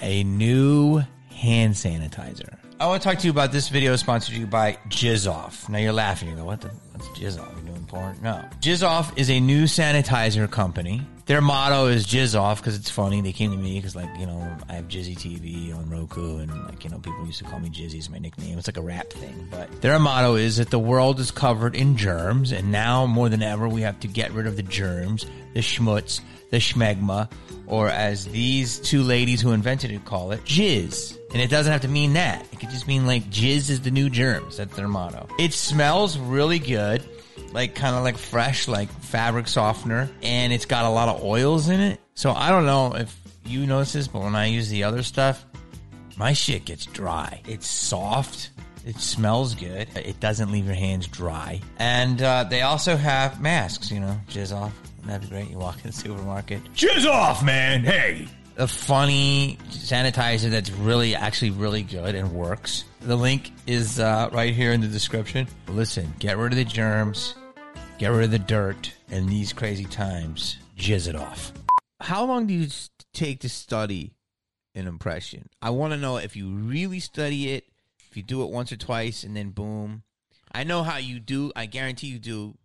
a new hand sanitizer. I want to talk to you about this video sponsored to you by Jizz Off. Now you're laughing. You go, what the? What's Jizz Off? You doing porn? No. Jizz Off is a new sanitizer company. Their motto is Jizz Off because it's funny. They came to me because, like, you know, I have Jizzy TV on Roku and, like, you know, people used to call me Jizzy is my nickname. It's like a rap thing. But their motto is that the world is covered in germs and now more than ever we have to get rid of the germs, the schmutz, the schmegma, or as these two ladies who invented it call it, jizz. And it doesn't have to mean that. It could just mean like jizz is the new germs. That's their motto. It smells really good, like kind of like fresh, like fabric softener, and it's got a lot of oils in it. So I don't know if you notice this, but when I use the other stuff, my shit gets dry. It's soft. It smells good. It doesn't leave your hands dry. And uh, they also have masks, you know, jizz off. That'd be great. You walk in the supermarket. Jizz off, man. Hey. A funny sanitizer that's really, actually really good and works. The link is uh, right here in the description. Listen, get rid of the germs, get rid of the dirt, and these crazy times, jizz it off. How long do you take to study an impression. I want to know if you really study it, if you do it once or twice, and then boom. I know how you do. I guarantee you do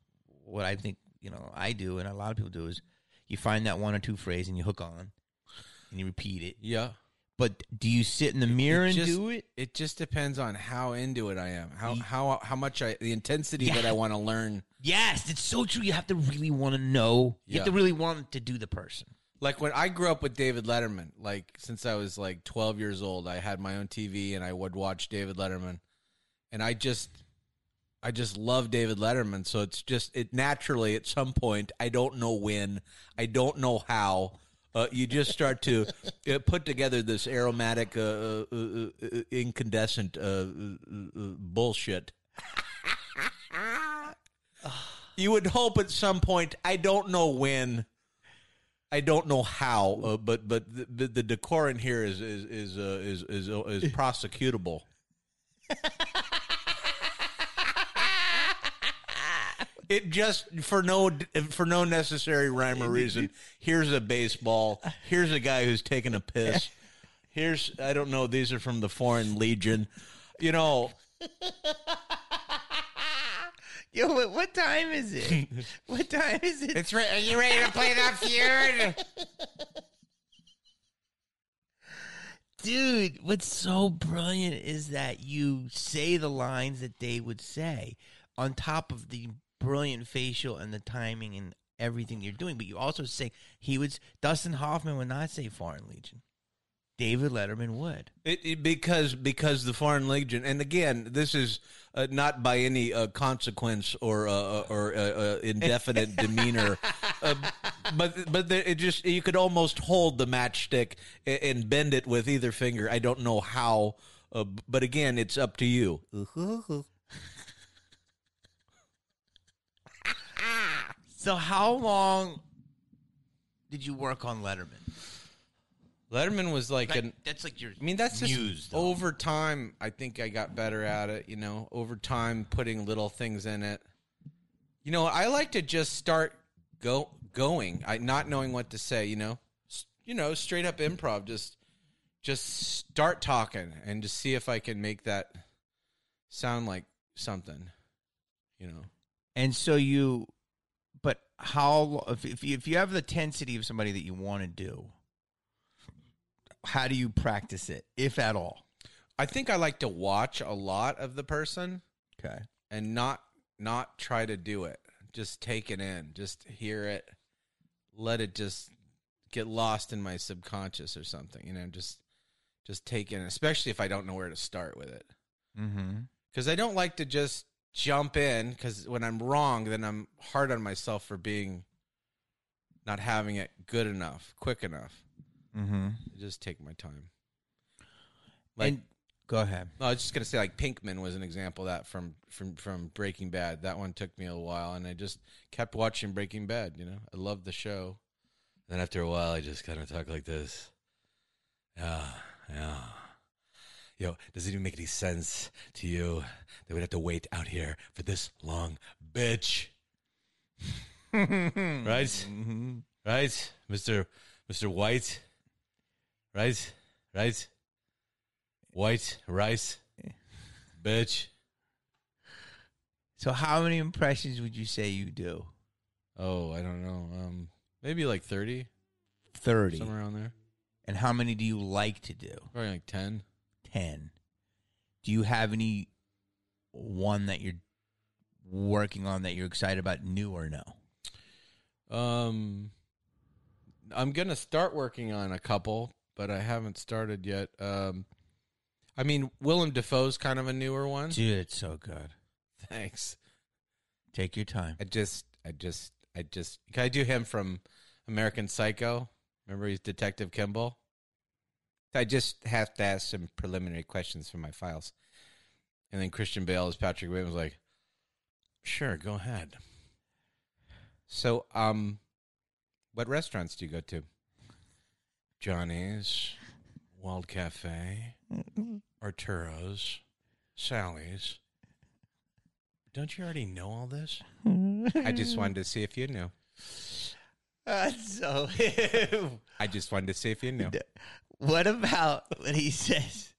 what I think you know I do, and a lot of people do is you find that one or two phrase and you hook on, and you repeat it. Yeah. But do you sit in the mirror and just, do it? It just depends on how into it I am. How Ye- how how much I the intensity that Yeah. I want to learn. Yes, it's so true. You have to really want to know. You have to Yeah. really want to do the person. Like when I grew up with David Letterman, like since I was like 12 years old, I had my own TV and I would watch David Letterman. And I just I just love David Letterman, so it's just it naturally at some point, I don't know when, I don't know how uh, you just start to uh, put together this aromatic, uh, uh, uh, uh, incandescent uh, uh, uh, uh, bullshit. you would hope at some point, I don't know when, I don't know how, uh, but but the, the, the decor in here is is is uh, is, is uh, is prosecutable. It just for no for no necessary rhyme or reason. Here's a baseball. Here's a guy who's taking a piss. Here's I don't know. These are from the Foreign Legion. You know, Yo, what, what time is it? what time is it? It's re- are you ready to play that feud? dude what's so brilliant is that you say the lines that they would say on top of the brilliant facial and the timing and everything you're doing but you also say he would dustin hoffman would not say foreign legion David Letterman would. It, it- because because the Foreign Legion, and again, this is uh, not by any uh, consequence or uh, or uh, uh, indefinite demeanor, uh, but but the, it just you could almost hold the matchstick and, and bend it with either finger. I don't know how, uh, but again, it's up to you. So how long did you work on Letterman? Letterman was like, Like, an. that's like your. I mean, that's just muse, though. over time. I think I got better at it. You know, over time, putting little things in it. You know, I like to just start go going, I, not knowing what to say. You know, S- you know, straight up improv. Just, just start talking and just see if I can make that sound like something. You know, And so you, but how lo- if if you, if you have the intensity of somebody that you want to do, how do you practice it, if at all? I think I like to watch a lot of the person. Okay. and not not try to do it. Just take it in. Just hear it. Let it just get lost in my subconscious or something. You know, just just take in, especially if I don't know where to start with it. Mm-hmm. Because I don't like to just jump in. Because when I'm wrong, then I'm hard on myself for being not having it good enough, quick enough. Mm-hmm. Just take my time. Like and go ahead. No, I was just gonna say like Pinkman was an example of that from from from Breaking Bad. That one took me a while, and I just kept watching Breaking Bad. You know, I loved the show. Then after a while, I just kind of talk like this. Yeah, yeah. Yo, does it even make any sense to you that we'd have to wait out here for this long, bitch? right, Mm-hmm. right, Mister Mister White. Right, right. White rice, bitch. So how many impressions would you say you do? Oh, I don't know. Um, maybe like thirty, Thirty. somewhere around there. And how many do you like to do? Probably like ten. 10 do you have any one that you're working on that you're excited about new or no Um, I'm gonna start working on a couple, but I haven't started yet. Um, I mean, Willem Dafoe's kind of a newer one. dude it's so good Thanks. take your time I just, I just, I just. Can I do him from American Psycho? Remember, he's Detective Kimball. I just have to ask some preliminary questions for my files. And then Christian Bale as Patrick Williams, like, sure, go ahead. So, um, What restaurants do you go to? Johnny's, Wild Cafe, Arturo's, Sally's. Don't you already know all this? I Mm. just wanted to see if you knew. so I just wanted to see if you knew. what about when he says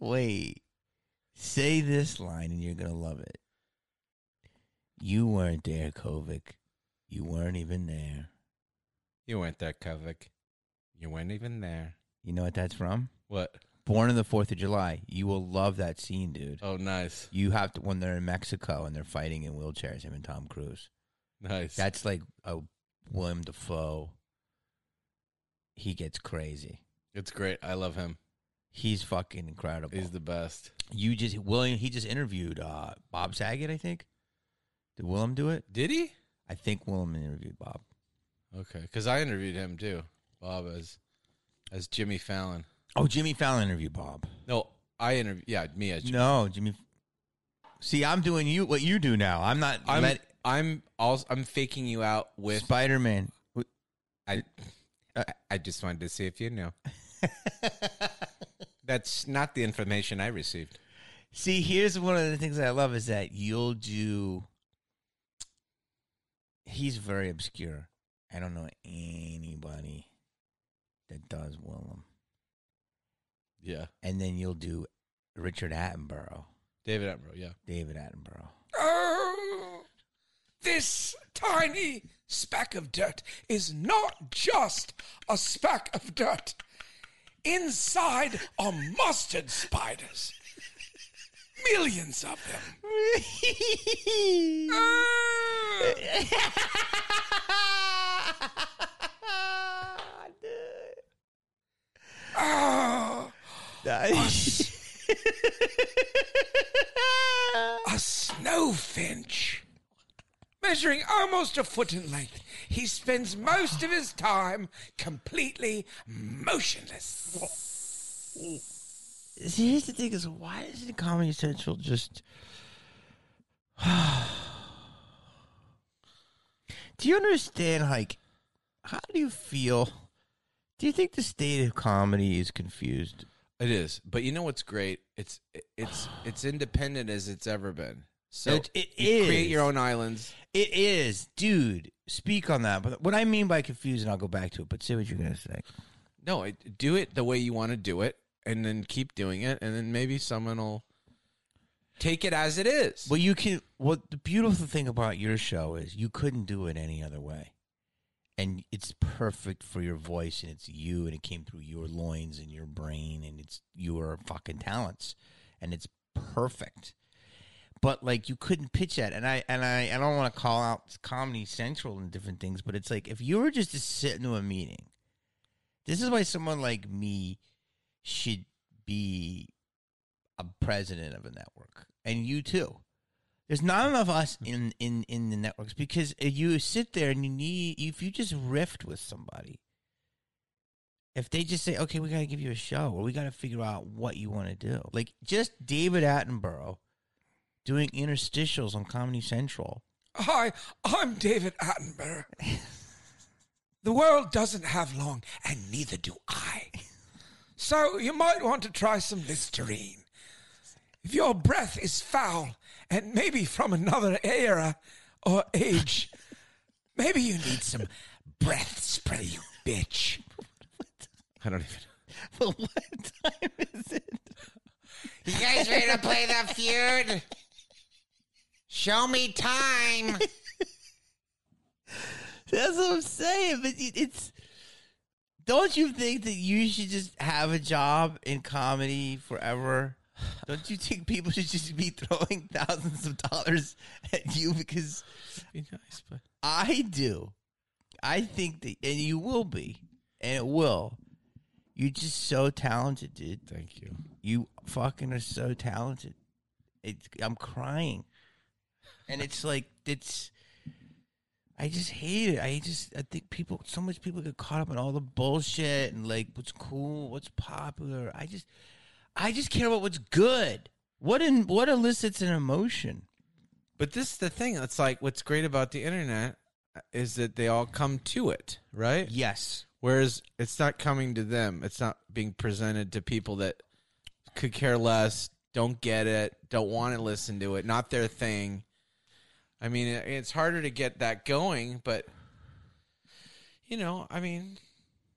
wait say this line and you're gonna love it you weren't there kovic you weren't even there You weren't there, Kovic. You weren't even there. you know what that's from What? born on the fourth of july you will love that scene dude Oh, nice. You have to when they're in Mexico and they're fighting in wheelchairs, him and Tom Cruise. Nice. That's like a William Defoe. He gets crazy. it's great. I love him. He's fucking incredible. He's the best. you just William. He just interviewed uh, Bob Saget. I think. Did Willem do it? Did he? I think Willem interviewed Bob. Okay. Because I interviewed him too, Bob, as, as Jimmy Fallon. Oh, Jimmy Fallon interviewed Bob. No, I interviewed, yeah, me as Jimmy. No, Jimmy. See, I'm doing you what you do now. I'm not. I'm, I'm, also, I'm faking you out with Spider Man. Uh. I, I- I just wanted to see if you knew. That's not the information I received. See, here's one of the things I love is that you'll do. He's very obscure. I don't know anybody that does Willem. Yeah. And then you'll do Richard Attenborough, David Attenborough, yeah. David Attenborough. Oh, this tiny speck of dirt is not just a speck of dirt. Inside are mustard spiders. Millions of them. Oh, Dude. oh, A snowfinch. Measuring almost a foot in length, he spends most of his time completely motionless. See, here's the thing: is why isn't Comedy Central just? do you understand? Like, how do you feel? Do you think the state of comedy is confused? It is, but you know what's great? It's it's it's independent as it's ever been. So It- it you create is. your own islands. It is, dude. Speak on that. But what I mean by confused, and I'll go back to it. But say what you're gonna say. No, it, do it the way you want to do it, and then keep doing it, and then maybe someone will take it as it is. Well, you can. What the beautiful thing about your show is, you couldn't do it any other way, and it's perfect for your voice, and it's you, and it came through your loins and your brain, and it's your fucking talents, and it's perfect. But like, you couldn't pitch that, and I and I I don't want to call out Comedy Central and different things, but it's like if you were just to sit into a meeting, this is why someone like me should be a president of a network, and you too. There's not enough us in in in the networks because if you sit there and you need if you just rift with somebody. If they just say, "Okay, we got to give you a show," or we got to figure out what you want to do, like just David Attenborough doing interstitials on Comedy Central. Hi, I'm David Attenborough. The world doesn't have long, and neither do I. So you might want to try some Listerine. If your breath is foul and maybe from another era or age, maybe you need some breath spray, you bitch. I don't even. But what time is it? You guys ready to play the feud? Show me time. That's what I'm saying. But it- it's don't you think that you should just have a job in comedy forever? Don't you think people should just be throwing thousands of dollars at you because Be nice, but I do. I think that, and you will be, and it will. You're just so talented, dude. thank you. You fucking are so talented. It, I'm crying, and it's like it's. I just hate it. I just I think people so much people get caught up in all the bullshit and like what's cool, what's popular. I just I just care about what's good. What in what elicits an emotion? But this is the thing. It's like what's great about the internet is that they all come to it, right? Yes. Whereas it's not coming to them. It's not being presented to people that could care less, don't get it, don't want to listen to it, not their thing. I mean, it- it's harder to get that going, but you know, I mean,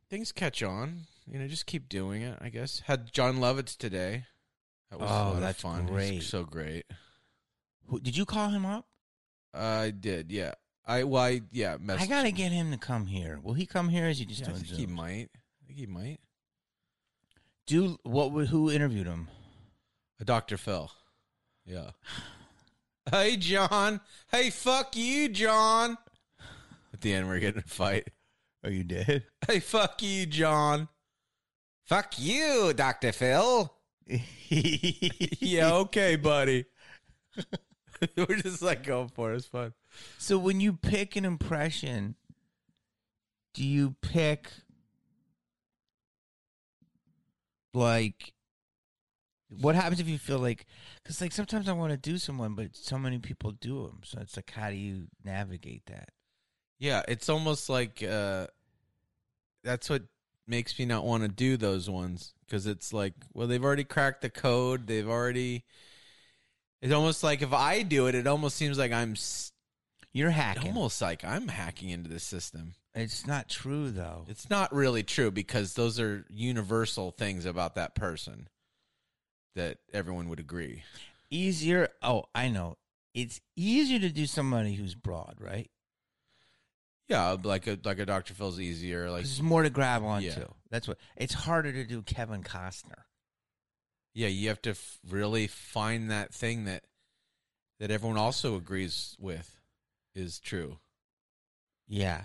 things catch on. You know, just keep doing it. I guess had John Lovitz today. That was Oh, a lot of that's fun. He's great. so great. Who, did you call him up? I did, yeah. I well, I, yeah. Messaged I gotta him. get him to come here. Will he come here? Or is he just Yeah, I doing think he Zoom? might. I think he might. Do what? would- Who interviewed him? A Dr. Phil. Yeah. Hey, John. Hey, fuck you, John. At the end, we're getting in a fight. Are you dead? Hey, fuck you, John. Fuck you, Dr. Phil. yeah, okay, buddy. we're just like going for it. It's fun. So when you pick an impression, do you pick like what happens if you feel like because like sometimes I want to do someone, but so many people do them. So it's like, how do you navigate that? Yeah, it's almost like uh, that's what makes me not want to do those ones because it's like, well, they've already cracked the code. They've already. It's almost like if I do it, it almost seems like I'm s- You're hacking. almost like I'm hacking into the system. It's not true though. It's not really true because those are universal things about that person that everyone would agree. easier. Oh, I know. It's easier to do somebody who's broad, right? Yeah, like a like a Dr. Phil's easier. Like, There's more to grab onto. Yeah. That's what. It's harder to do Kevin Costner. yeah, you have to f- really find that thing that that everyone also agrees with is true. Yeah.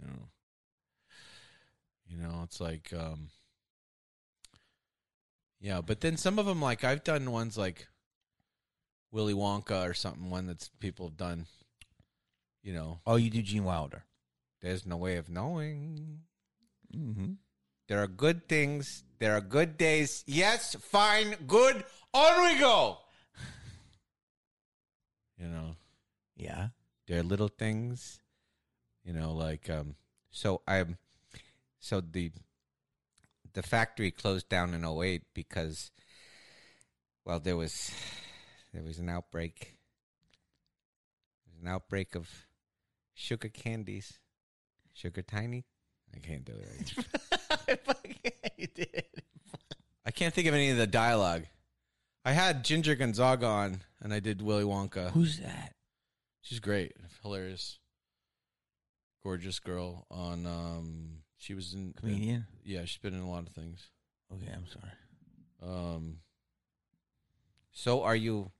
you know you know it's like um Yeah, but then some of them, like I've done ones like Willy Wonka or something. One that's people have done. You know, Oh, you do Gene Wilder. there's no way of knowing. Mm-hmm. There are good things. There are good days. Yes, fine, good. On we go. you know, Yeah. there are little things. You know, like um. So I'm. So the. The factory closed down in 08 because. Well, there was, there was an outbreak. There was an outbreak of, sugar candies, sugar tiny. I can't do it. Right now. you did. I can't think of any of the dialogue. I had Ginger Gonzaga on, and I did Willy Wonka. Who's that? She's great, hilarious, gorgeous girl. On um, she was in Comedian. yeah, she's been in a lot of things. Okay, I'm sorry. Um, so are you?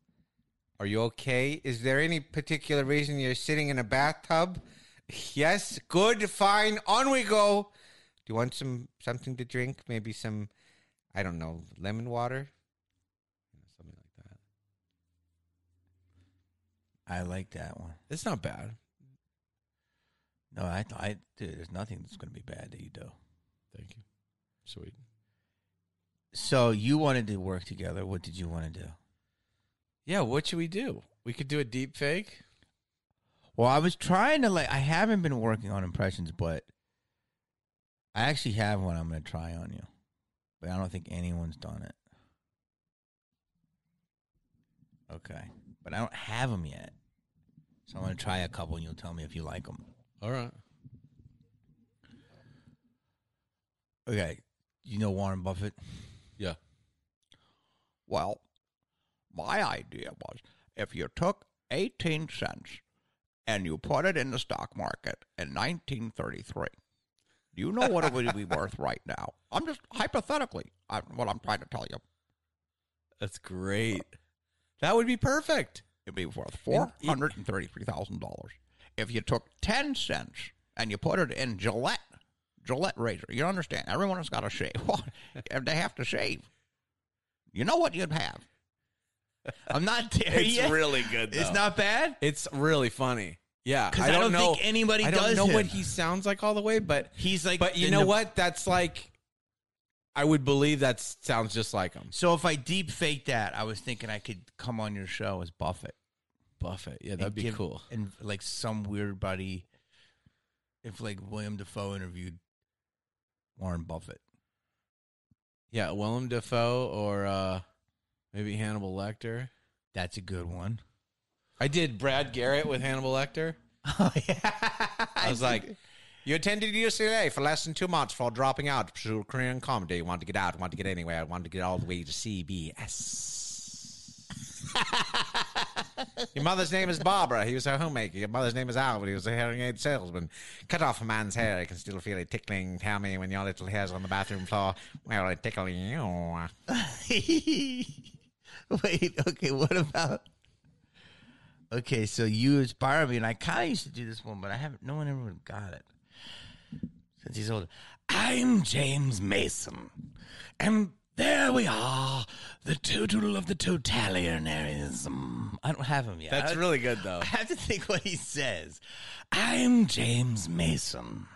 Are you okay? Is there any particular reason you're sitting in a bathtub? Yes, good, fine. On we go. Do you want some something to drink? Maybe some, I don't know, lemon water, You know, something like that. I like that one. It's not bad. No, I, I, dude, there's nothing that's going to be bad that you do. Thank you. Sweet. So you wanted to work together. What did you want to do? Yeah, what should we do? We could do a deep fake. Well, I was trying to like I haven't been working on impressions, but I actually have one I'm going to try on you. But I don't think anyone's done it. Okay. But I don't have them yet. So I'm going to try a couple and you'll tell me if you like them. All right. Okay. You know Warren Buffett? Yeah. Well, my idea was if you took 18 cents and you put it in the stock market in 1933, do you know what it would be worth right now? I'm just hypothetically I, what I'm trying to tell you. That's great. That would be perfect. It'd be worth $433,000. If you took 10 cents and you put it in Gillette, Gillette razor, you understand, everyone's got to shave. if they have to shave, you know what you'd have. I'm not there It's yet. really good. It's though. not bad. It's really funny. Yeah, 'Cause I don't know, think anybody I don't does know him. what he sounds like all the way, but He's like, but you the know Ne- what? That's like, I would believe that sounds just like him. So if I deep fake that, I was thinking I could come on your show as Buffett. Buffett. Yeah, and give- And like some weird buddy, if like William Defoe interviewed Warren Buffett. Yeah, Willem Dafoe or uh, maybe Hannibal Lecter. That's a good one. I did Brad Garrett with Hannibal Lecter. Oh yeah. I was like, You attended UCLA for less than two months for dropping out to pursue a career in comedy. You want to get out, want to get anywhere, want to get all the way to CBS. Your mother's name is Barbara. He was her homemaker. Your mother's name is Albert. He was a hearing aid salesman. Cut off a man's hair. I can still feel it tickling. Tell me when your little hair's on the bathroom floor. Well, it tickle you. Wait, okay, what about Okay, so you inspire me and I kinda used to do this one, but I haven't no one ever got it. Since he's older. I'm James Mason. And there we are, the total of the totalitarianism. I don't have him yet. that's I- really good though. I have to think what he says. I'm James Mason.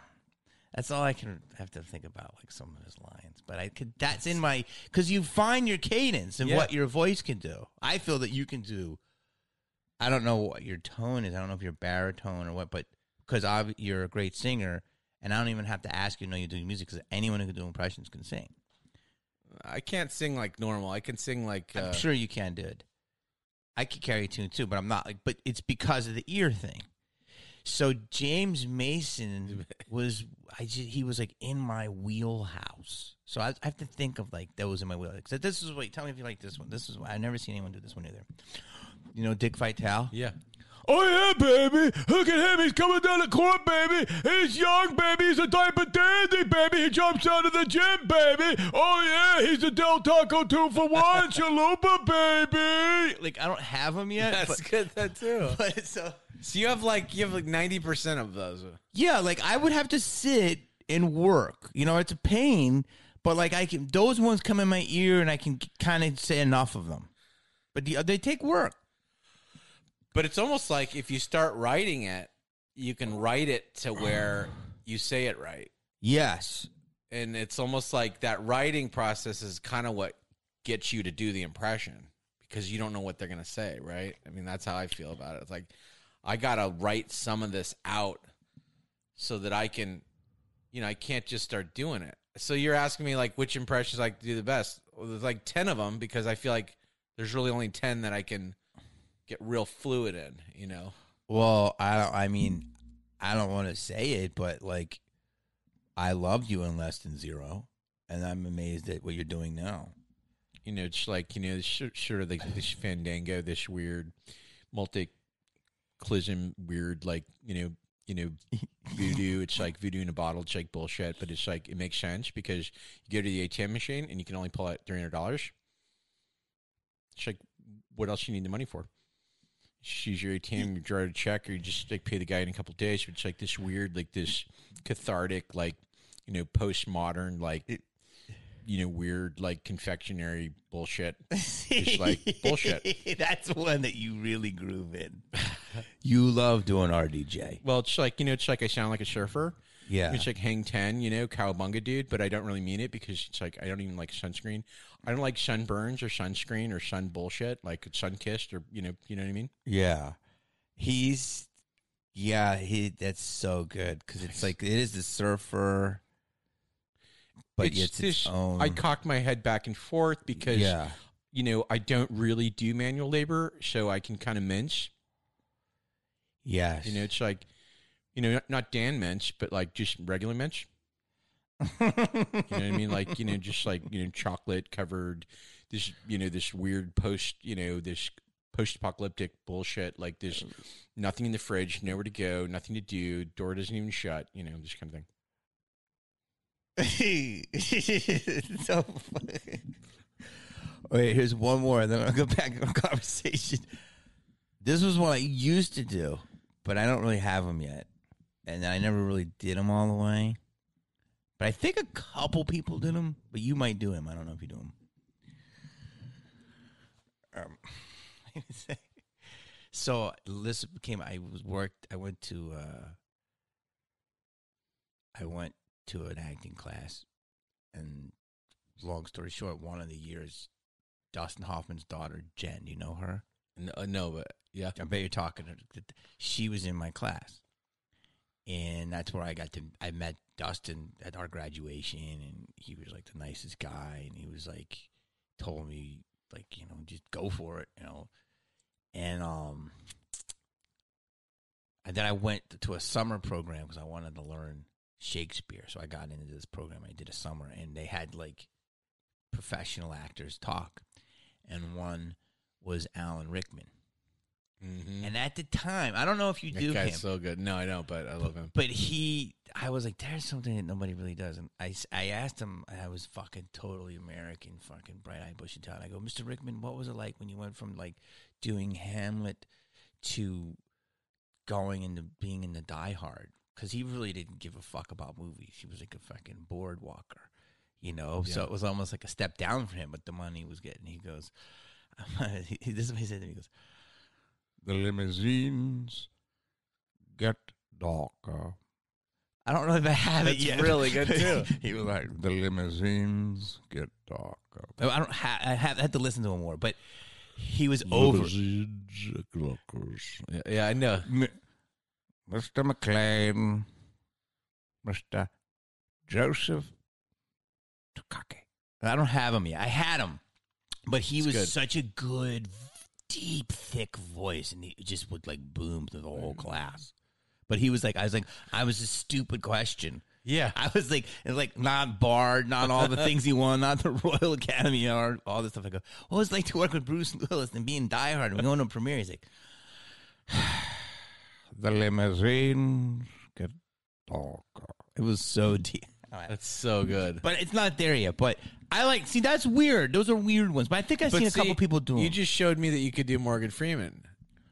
That's all I can have to think about, like some of his lines. But I could. That's in my because you find your cadence and Yeah. what your voice can do. I feel that you can do. I don't know what your tone is. I don't know if you're baritone or what, but because you're a great singer, and I don't even have to ask you to know you're doing music because anyone who can do impressions can sing. I can't sing like normal. I can sing like uh, I'm sure you can do it. I could carry a tune too, but I'm not like. But it's because of the ear thing. So James Mason was, I just, he was like in my wheelhouse. So I, I have to think of like those in my wheelhouse. So this is what. Tell me if you like this one. This is I've never seen anyone do this one either. You know Dick Vitale. yeah. Oh yeah, baby. Look at him. He's coming down the court, baby. He's young, baby. He's a type of dandy, baby. He jumps out of the gym, baby. Oh yeah, he's a Del Taco two for one, chalupa, baby. Like I don't have him yet. That's but, good. That too. but so So you have like you have like ninety percent of those. yeah, like I would have to sit and work. You know, it's a pain, But like I can, those ones come in my ear, and I can kind of say enough of them. But the, they take work. But it's almost like if you start writing it, you can write it to where you say it right. Yes, And it's almost like that writing process is kind of what gets you to do the impression because you don't know what they're going to say, right? I mean, that's how I feel about it. It's like, I got to write some of this out so that I can, you know, I can't just start doing it. So you're asking me, like, which impressions I do the best? Well, there's like 10 of them because I feel like there's really only 10 that I can get real fluid in, you know? Well, I don't. I mean, I don't want to say it, but like, I loved you in less than zero, and I'm amazed at what you're doing now. you know, it's like you know, sure, sure like this fandango, this weird multi collision, weird like you know, you know, voodoo. It's like voodoo in a bottle. It's like bullshit, but it's like it makes sense because you go to the ATM machine and you can only pull out three hundred dollars. It's like what else you need the money for? Just use your ATM, you draw a check, or you just like pay the guy in a couple days. But it's like this weird, like this cathartic, like you know, postmodern, like you know, weird like confectionery bullshit. It's like bullshit. That's one that you really groove in. You love doing RDJ. Well, it's like you know, it's like I sound like a surfer. Yeah. It's like hang ten, you know, cowabunga dude, but I don't really mean it because it's like I don't even like sunscreen. I don't like sunburns or sunscreen or sun bullshit, like sun kissed or you know, you know what I mean. Yeah. He's yeah, he that's so good cuz it's like it is the surfer but it's, it's its just- own I cocked my head back and forth because Yeah. you know I don't really do manual labor, so I can kind of mince. Yes. You know, it's like you know, not- not Dan mince, but like just regular mince. You know what I mean? Like, you know, just like, you know, chocolate covered this, you know, this weird post, you know, this post apocalyptic bullshit. Like, there's nothing in the fridge, nowhere to go, nothing to do, door doesn't even shut, you know, this kind of thing. so funny. All right, here's one more, and then I'll go back to our conversation. This was one I used to do, but I don't really have them yet, and I never really did them all the way. But I think a couple people did them, but you might do them. I don't know if you do them. Um, so this became. I was worked. I went to. uh I went to an acting class, and long story short, one of the years, Dustin Hoffman's daughter Jen, you know her. No, uh, no but yeah. I bet you're talking. to her. She was in my class, and that's where I got to. I met Dustin at our graduation, and he was like the nicest guy, and he was like, told me like you know just go for it, you know, and um, and then I went to a summer program because I wanted to learn Shakespeare, so I got into this program. I did a summer, and they had like professional actors talk, and one was Alan Rickman. Mm-hmm. And at the time, I don't know if you do That him, guy's so good. No, I know, but I love him. but he, I was like, there's something that nobody really does. And I, s- I asked him, and I was fucking totally American, fucking bright eyed, bushy tailed. I go, Mr. Rickman, what was it like when you went from like doing Hamlet to going into being in the Die Hard? Because he really didn't give a fuck about movies. He was like a fucking board walker, you know? So Yeah. it was almost like a step down for him, but the money he was getting. He goes, this is what he said to me. He goes, the limousines get darker. I don't know if I have it That's yet. really good, too. He was like, the limousines get darker. I don't ha- I have I had to listen to him more, but he was over. Limousines get darker. Yeah, yeah, I know. M- Mr. McLean, Mr. Joseph Tukaki. I don't have him yet. I had him, but he It's was good. such a good, deep, thick voice, and he just would like boom through the Mm. whole class. But he was like, I was like, I was a stupid question. Yeah. I was like, and like not barred, not all the things he won, not the Royal Academy Award, all this stuff. I go, what was it like to work with Bruce Willis and being Die Hard and going to a premiere? He's like, The limousines get darker. it was so deep. That's so Mm-hmm. good. But it's not there yet. But I like see that's weird. Those are weird ones. But I think I've seen a couple see, people do You them. just showed me that you could do Morgan Freeman.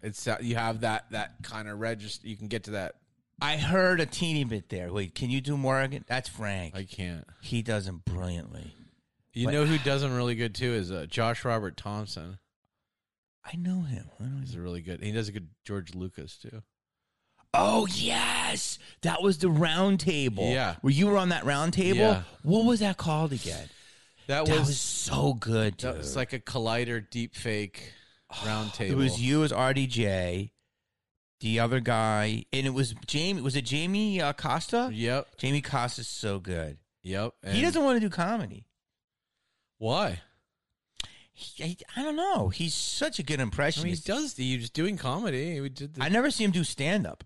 It's uh, you have that that kind of register. You can get to that I heard a teeny bit there. Wait, can you do more again? That's Frank. I can't. he does them brilliantly. You But- know who does them really good too is uh, Josh Robert Thompson. I know him. I know his He's really good. He does a good George Lucas too. Oh yes, that was the round table. Yeah. where you were on that round table. Yeah. What was that called again? That, That was, was so good. that was dude. like a collider deep fake round table. it was you as RDJ, the other guy, and it was Jamie. Was it Jamie uh, Costa? Yep. Jamie Costa's so good. Yep. he and- doesn't want to do comedy. Why? He, I, I don't know. He's such a good I mean, he impressionist. does. He was doing comedy. We did. The, I never see him do stand up.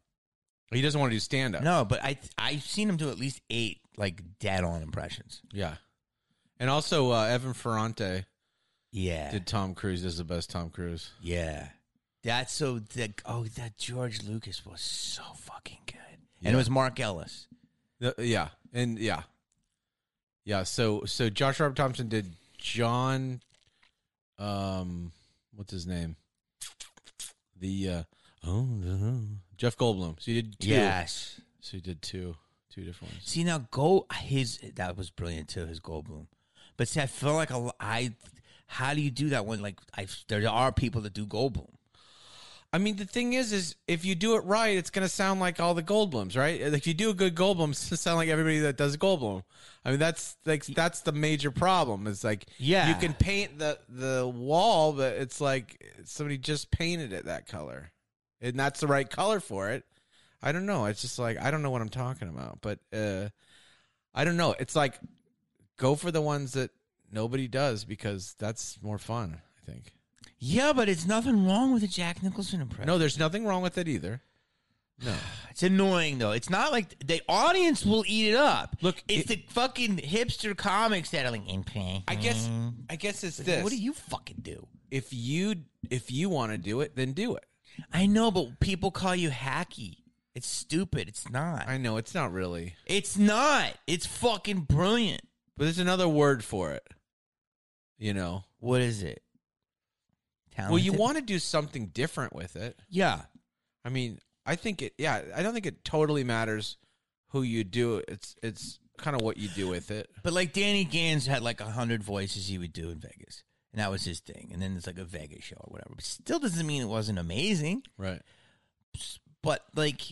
he doesn't want to do stand up. No, but I I've seen him do at least eight like dead on impressions. Yeah. And also uh, Evan Ferrante Yeah, did Tom Cruise as the best Tom Cruise. Yeah. That's so the oh that George Lucas was so fucking good. Yeah. And it was Mark Ellis. The- yeah, and yeah, yeah. So so Josh Robert Thompson did John, um, what's his name? The uh, oh, the- Jeff Goldblum. So you did two. Yes. So you did two, two different ones. See now go his that was brilliant too, his Goldblum. But see, I feel like a lo- I how do you do that when like I there are people that do Goldblum. I mean, the thing is, is if you do it right, it's gonna sound like all the Goldblums, right? If you do a good Goldblum, it's gonna sound like everybody that does Goldblum. I mean, that's like that's the major problem. It's like Yeah. you can paint the the wall, but it's like somebody just painted it that color, and that's the right color for it. I don't know. It's just like I don't know what I'm talking about, but uh, I don't know. It's like go for the ones that nobody does because that's more fun. I think. Yeah, but it's nothing wrong with a Jack Nicholson impression. No, there's nothing wrong with it either. It's annoying though. It's not like the audience will eat it up. Look, it's the fucking hipster comics that are like hmm, I guess I guess it's this. What do you fucking do? if you if you want to do it, then do it. I know, but people call you hacky. It's stupid. It's not. I know it's not really, It's not. It's fucking brilliant. but there's another word for it. You know. What is it? Well, you Talented? want to do something different with it. Yeah. I mean, I think it yeah, I don't think it totally matters who you do. it. It's it's kind of what you do with it. But like Danny Gans had like a hundred voices he would do in Vegas. And that was his thing. And then it's like a Vegas show or whatever. But still doesn't mean it wasn't amazing. Right. But like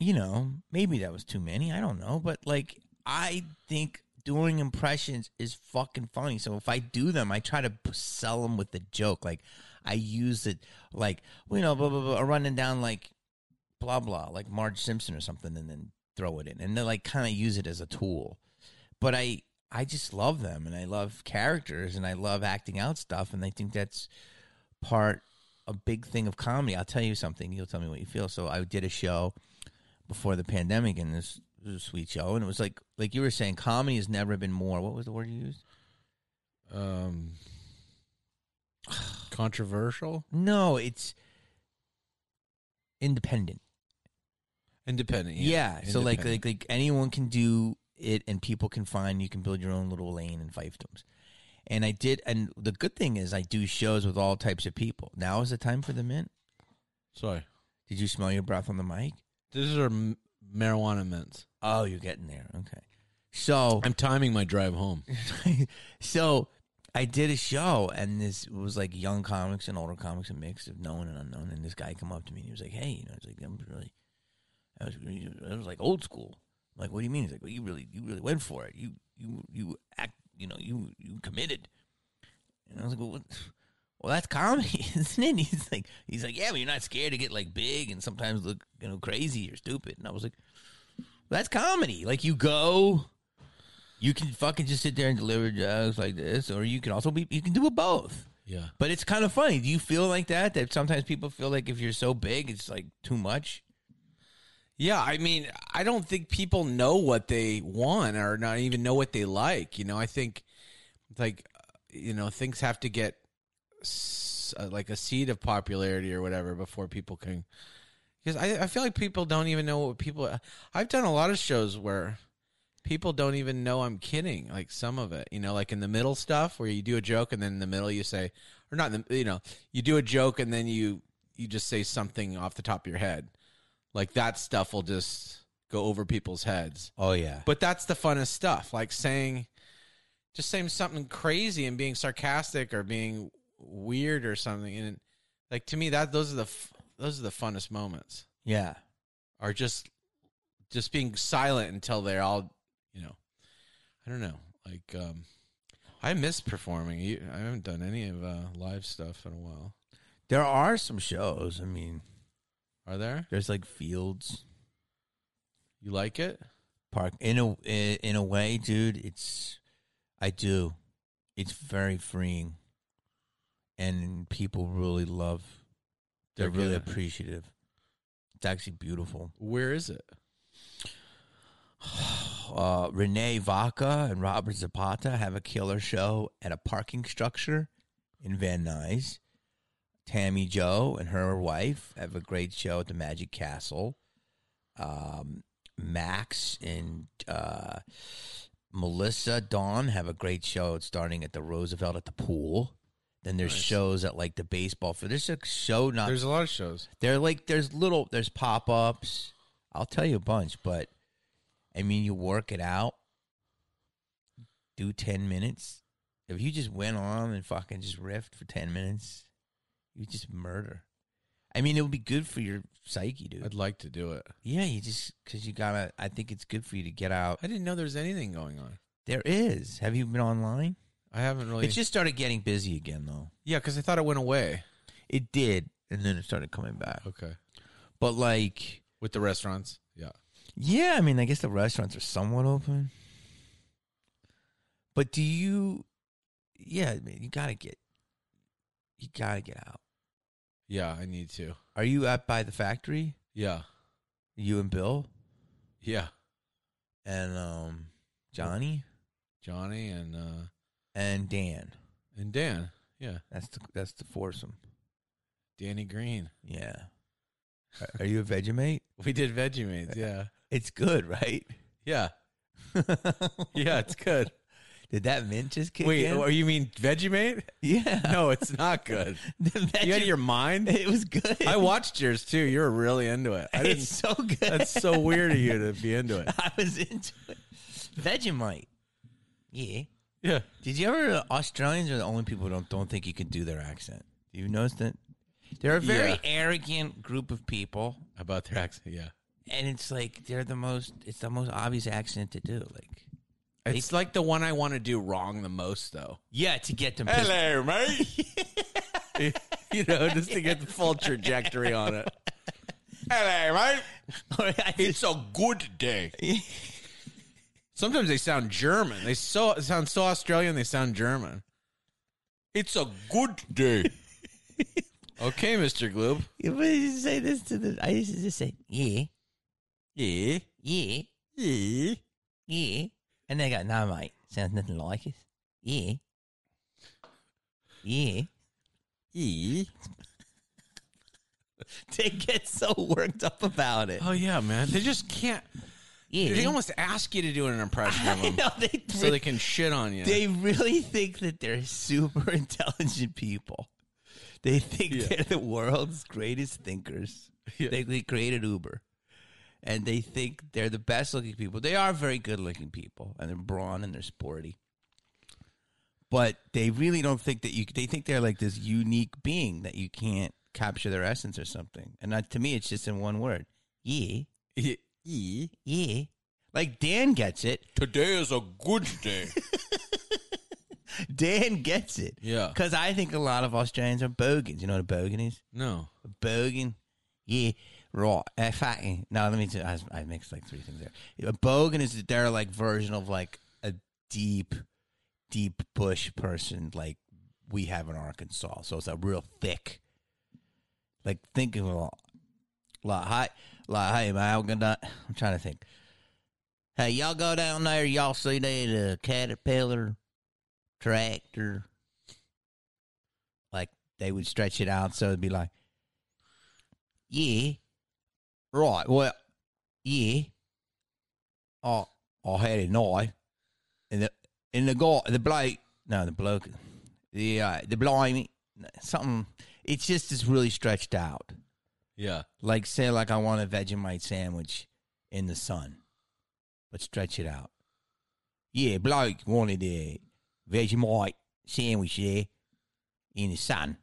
you know, maybe that was too many. I don't know. But like I think doing impressions is fucking funny. So if I do them, I try to p- sell them with the joke. Like I use it like you know, blah blah blah running down like blah blah, like Marge Simpson or something, and then throw it in. And then like kind of use it as a tool. But I I just love them and I love characters and I love acting out stuff and I think that's part a big thing of comedy. I'll tell you something, you'll tell me what you feel. So I did a show before the pandemic and this it was a sweet show and it was like like you were saying comedy has never been more what was the word you used Um controversial, no it's independent independent. yeah, so like like independent. like anyone can do it and people can find you can build your own little lane and fiefdoms and i did and the good thing is i do shows with all types of people now is the time for the mint sorry. did you smell your breath on the mic These are m- marijuana mints. oh you're getting there okay so I'm timing my drive home. so I did a show, and this was like young comics and older comics, a mix of known and unknown. And this guy come up to me and he was like, "Hey, you know, it's like I'm really, I was, really- I was like old school. I'm like, what do you mean? He's like, well, you really, you really went for it. You, you, you act, you know, you, you committed." And I was like, well, what? well, that's comedy, isn't it? He's like, he's like, yeah, but you're not scared to get like big and sometimes look, you know, crazy or stupid. And I was like, well, that's comedy. Like you go, you can fucking just sit there and deliver jokes like this, or you can also be, you can do it both. Yeah. But it's kind of funny. Do you feel like that? That sometimes people feel like if you're so big, it's like too much. Yeah, I mean, I don't think people know what they want or not even know what they like. You know, I think like you know things have to get s- uh, like a seed of popularity or whatever before people can. Because I, I feel like people don't even know what people. I've done a lot of shows where people don't even know I'm kidding. Like some of it, you know, like in the middle stuff where you do a joke and then in the middle you say, or not, in the, you know, you do a joke and then you you just say something off the top of your head Like that stuff will just go over people's heads. Oh yeah. But that's the funnest stuff, like saying just saying something crazy and being sarcastic or being weird or something and like to me that those are the f- those are the funnest moments. Yeah. Are just just being silent until they're all, you know. I don't know. Like um I miss performing. You, I haven't done any of uh, live stuff in a while. There are some shows. I mean, Are there? there's like fields You like it? park in a in a way, dude. It's I do. It's very freeing, and people really love. They're, They're really giving- appreciative. It's actually beautiful. Where is it? Uh, Renee Vaca and Robert Zapata have a killer show at a parking structure in Van Nuys. Tammy Joe and her wife have a great show at the Magic Castle. Um, Max and uh, Melissa Dawn have a great show starting at the Roosevelt at the pool. Then there's shows at like the baseball field. There's a show not There's a lot of shows. they're like there's little there's pop ups. I'll tell you a bunch, but I mean you work it out. Do ten minutes. If you just went on and fucking just riffed for ten minutes, you just murder. I mean, it would be good for your psyche, dude. I'd like to do it. yeah, you just because you gotta. I think it's good for you to get out. I didn't know there was anything going on. There is. Have you been online? I haven't really. It just started getting busy again, though. yeah, because I thought it went away. It did, and then it started coming back. Okay. But like, With the restaurants. Yeah. Yeah, I mean, I guess the restaurants are somewhat open. But do you? Yeah, I mean, you gotta get, you gotta get out. Yeah, I need to. Are you up by the factory? Yeah. You and Bill Yeah. and um Johnny Johnny and uh and Dan. and Dan. Yeah. That's the that's the foursome. Danny Green. Yeah. Are, are you a Vegemite? We did Vegemates. Yeah. It's good, right? Yeah. Yeah, it's good. Did that mint just kick Wait, in? oh, you mean Vegemate? yeah. No, it's not good. The you out Vegem- of your mind? It was good. I watched yours too. You were really into it. I it's so didn't. good. That's so weird of you to be into it. I was into it. Vegemite. Yeah. Yeah. Did you ever? Australians are the only people who don't don't think you can do their accent. Do you notice that? They're a very Yeah. arrogant group of people, About their accent. Yeah. and it's like they're the most. It's the most obvious accent to do. Like, It's like the one I want to do wrong the most, though. yeah, to get them. Hello. mate. you know, just to get the full trajectory on it. Hello, mate. It's a good day. Sometimes they sound German. They so sound so Australian. They sound German. It's a good day. okay, Mister Gloob. I used to say this to the. I used to just say yeah, Yeah. yeah, Yeah. yeah, and they go, "No, mate, sounds nothing like it." Yeah, yeah. Yeah. They get so worked up about it. Oh yeah, man. They just can't. yeah, They almost ask you to do an impression of I them know they so they can shit on you. They really think that they're super intelligent people. They think they're the world's greatest thinkers. They, they created Uber. And they think they're the best looking people. They are very good looking people and they're brawn and they're sporty. But they really don't think that you they think they're like this unique being that you can't capture their essence or something. And that, to me it's just in one word. Yeah. Yeah. Yeah. Yeah. Like Dan gets it. Today is a good day. Dan gets it. Yeah. Because I think a lot of Australians are bogans. You know what a bogan is? No. A bogan? Yeah. Right. Uh, fucking. No, let me do I, I mixed like three things there. A bogan is their like version of like a deep, deep bush person like we have in Arkansas. So it's a real thick. Like think of a lot high like hey man, I'm gonna I'm trying to think. Hey, y'all go down there, y'all see that uh, caterpillar tractor. Like they would stretch it out so it'd be like Yeah. Right, well yeah. Oh I had a knife. And the and the guy the bloke no the bloke the uh, the blimey something it's just it's really stretched out. Yeah. Like say like I want a Vegemite sandwich in the sun, but stretch it out. Yeah, bloke wanted a Vegemite sandwich there in the sun.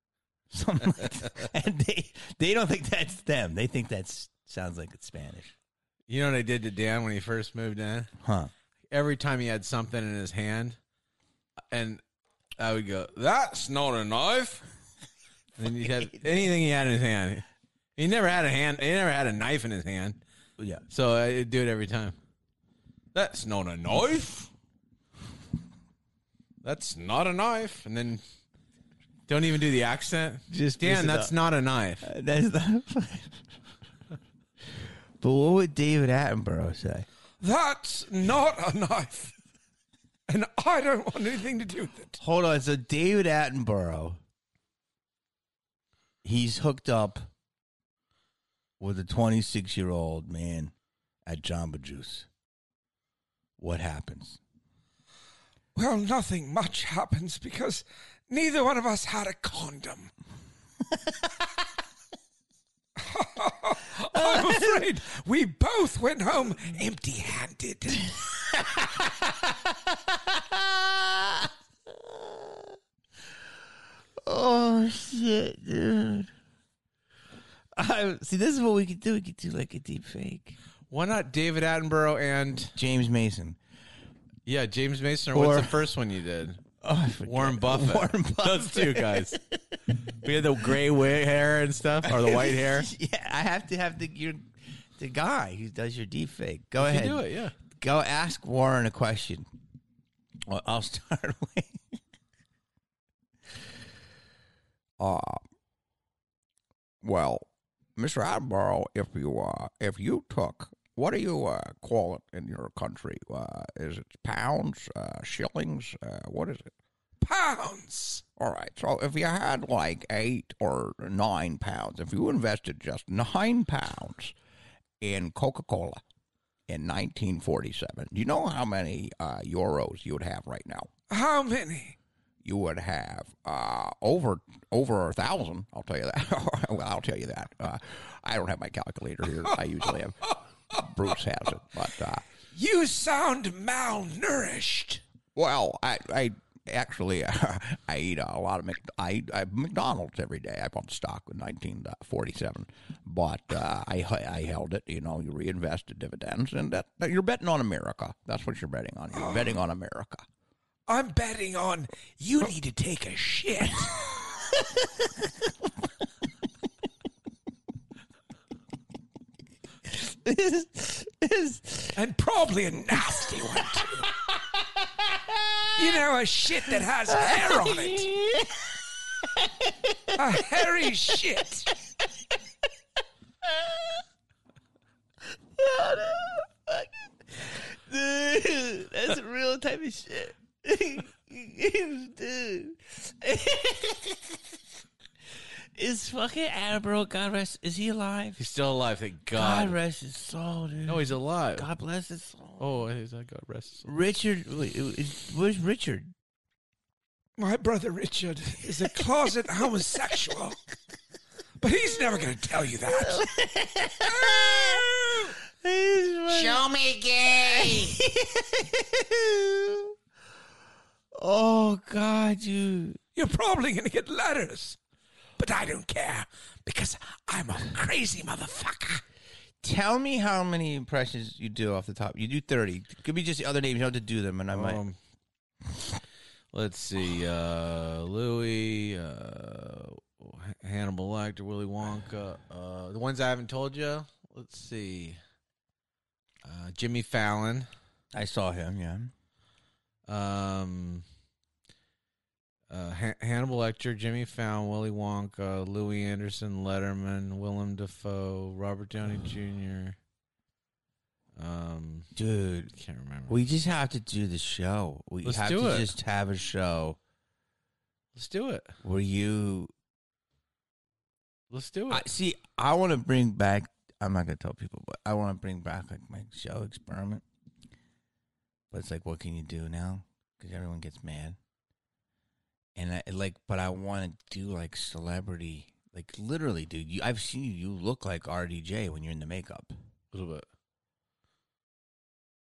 Something like that. And they they don't think that's them. They think that's sounds like it's Spanish. You know what I did to Dan when he first moved in? Huh. Every time he had something in his hand, and I would go, That's not a knife. and then he had anything he had in his hand. He never had a hand. He never had a knife in his hand. Yeah. So I do it every time. That's not a knife. That's not a knife. And then don't even do the accent. Just piece Dan, it that's up. Uh, not a knife. That's not But what would David Attenborough say? That's not a knife. And I don't want anything to do with it. Hold on. So David Attenborough, he's hooked up with a 26 year old man at Jamba Juice. What happens? Well, nothing much happens because neither one of us had a condom. I'm afraid we both went home empty handed. Oh shit, dude! I, see, this is what we could do. We could do like a deep fake. Why not David Attenborough and James Mason. yeah, James Mason? Or, what's Or- the first one you did? Oh, I forget. Warren Buffett. Warren Those two guys. we had the gray wig hair and stuff, or the white hair. yeah, I have to have the your the guy who does your deep fake. Go You ahead. do it, yeah. Go ask Warren a question. Well, I'll start with. Uh, Well, Mr. Attenborough, if you uh, if you took, what do you uh, call it in your country? Uh, is it pounds, uh, shillings? Uh, what is it? Pounds. All right. So if you had like eight or nine pounds, if you invested just nine pounds in Coca Cola in 1947, do you know how many uh, euros you would have right now? How many? you would have uh, over over a thousand. I'll tell you that. well, I'll tell you that. Uh, I don't have my calculator here. I usually have. Bruce has it, but uh, You sound malnourished. well, I I actually I eat a lot of Mc, I eat I, McDonald's every day. I bought stock in 1947, but uh, I I held it. You know, you reinvest the dividends, and that, that you're betting on America. That's what you're betting on. You're betting on America. I'm betting on you need to take a shit. and probably a nasty one too. You know, a shit that has hair on it. A hairy shit. dude, that's a real type of shit. dude. is fucking Admiral God rest is he alive? He's still alive, thank God, God. rest his soul, dude. no, he's alive. God bless his soul. Oh, he's like God rest. his soul. Richard wait, is- where's Richard? My brother Richard is a closet homosexual. But he's never gonna tell you that. Show me gay. oh God, dude. You're probably going to get letters. But I don't care because I'm a crazy motherfucker. Tell me how many impressions you do off the top. You do thirty. Could be just the other names. You don't have to do them, and I might. Um, let's see, uh, Louis, uh, Hannibal Lecter, Willy Wonka. Uh, the ones I haven't told you. Let's see, uh, Jimmy Fallon. I saw him. Yeah. Um, uh, Han- Hannibal Lecter, Jimmy Fallon, Willy Wonka, Louis Anderson, Letterman, Willem Dafoe, Robert Downey Jr. Um, Dude, can't remember. we just have to do the show. We Let's have do to it. just have a show Let's do it. where you Let's do it. I, see. I want to bring back. I'm not gonna tell people, but I want to bring back like my show experiment. But it's like, what can you do now? Because everyone gets mad. And I like, but I want to do like celebrity Like literally, dude. You, I've seen you. You look like RDJ when you're in the makeup. A little bit.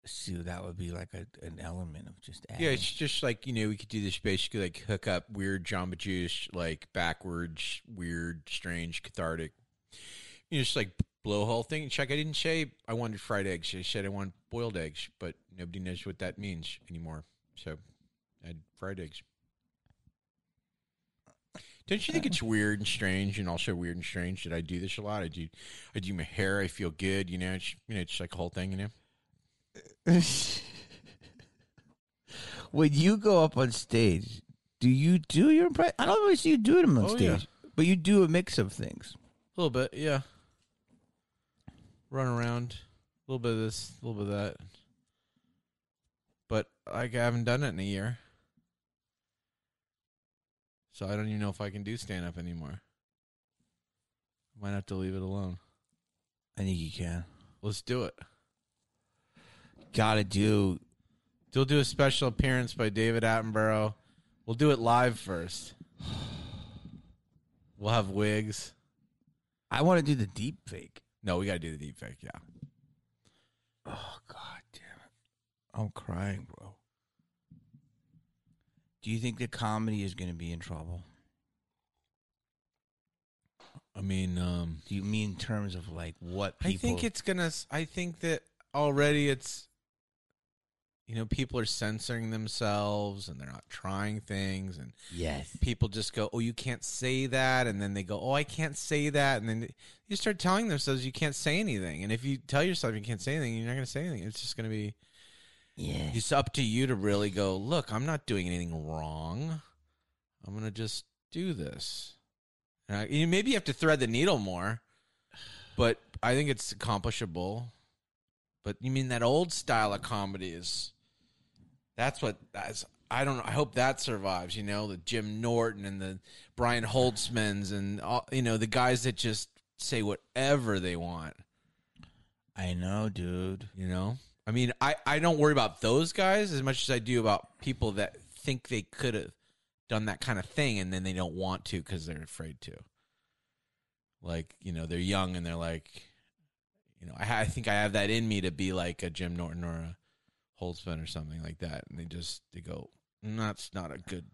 So that would be like a, an element of just adding. Yeah, it's just like you know we could do this basically like hook up weird Jamba Juice like backwards weird strange cathartic, you know, just like blowhole thing. Chuck, I didn't say I wanted fried eggs. I said I wanted boiled eggs, but nobody knows what that means anymore. So I had fried eggs. Don't you think it's weird and strange, and also weird and strange that I do this a lot? I do, I do my hair. I feel good, you know. It's you know, it's like a whole thing, you know. when you go up on stage, do you do your impression? I don't always see you do them on Oh, stage, yeah. but you do a mix of things. A little bit, yeah. Run around, a little bit of this, a little bit of that. But like I haven't done it in a year, so I don't even know if I can do stand up anymore. Might have to leave it alone. I think you can. Let's do it. Gotta do. We'll do a special appearance by David Attenborough. We'll do it live first. We'll have wigs. I want to do the deep fake. No, we gotta do the deep fake. Yeah, Oh god damn it! I'm crying, bro. Do you think the comedy is going to be in trouble? I mean, um, Do you mean in terms of like what I people? think it's gonna. s- I think that already it's. You know, people are censoring themselves and they're not trying things, and yes. people just go, "Oh, you can't say that," and then they go, "Oh, I can't say that," and then you start telling themselves you can't say anything. And if you tell yourself you can't say anything, you're not going to say anything. It's just going to be. Yeah. It's up to you to really go. Look, I'm not doing anything wrong. I'm going to just do this. And I, you maybe you have to thread the needle more, but I think it's accomplishable. But you mean that old style of comedy is? That's what that's. I don't. know. I hope that survives. You know, the Jim Norton and the Brian Holtzmans and all, you know the guys that just say whatever they want. I know, dude. You know, I mean, I I don't worry about those guys as much as I do about people that think they could have done that kind of thing and then they don't want to because they're afraid to. Like you know, they're young and they're like, you know, I, ha- I think I have that in me to be like a Jim Norton or a Holtzman or something like that, and they just they go, "Mm, that's not a good.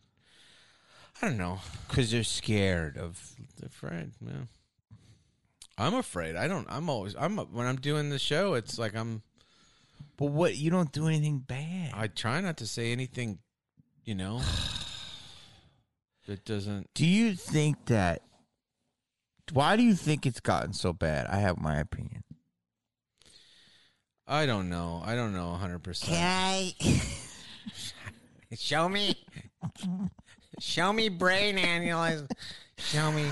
I don't know. Because they're scared of. They're afraid, man. I'm afraid. I don't. I'm always. I'm when I'm doing the show. It's like I'm. But what? You don't do anything bad. I try not to say anything, you know, that doesn't. Do you think that? Why do you think it's gotten so bad? I have my opinion. I don't know. I don't know 100%. Okay. Show me. Show me brain analyze. Show me.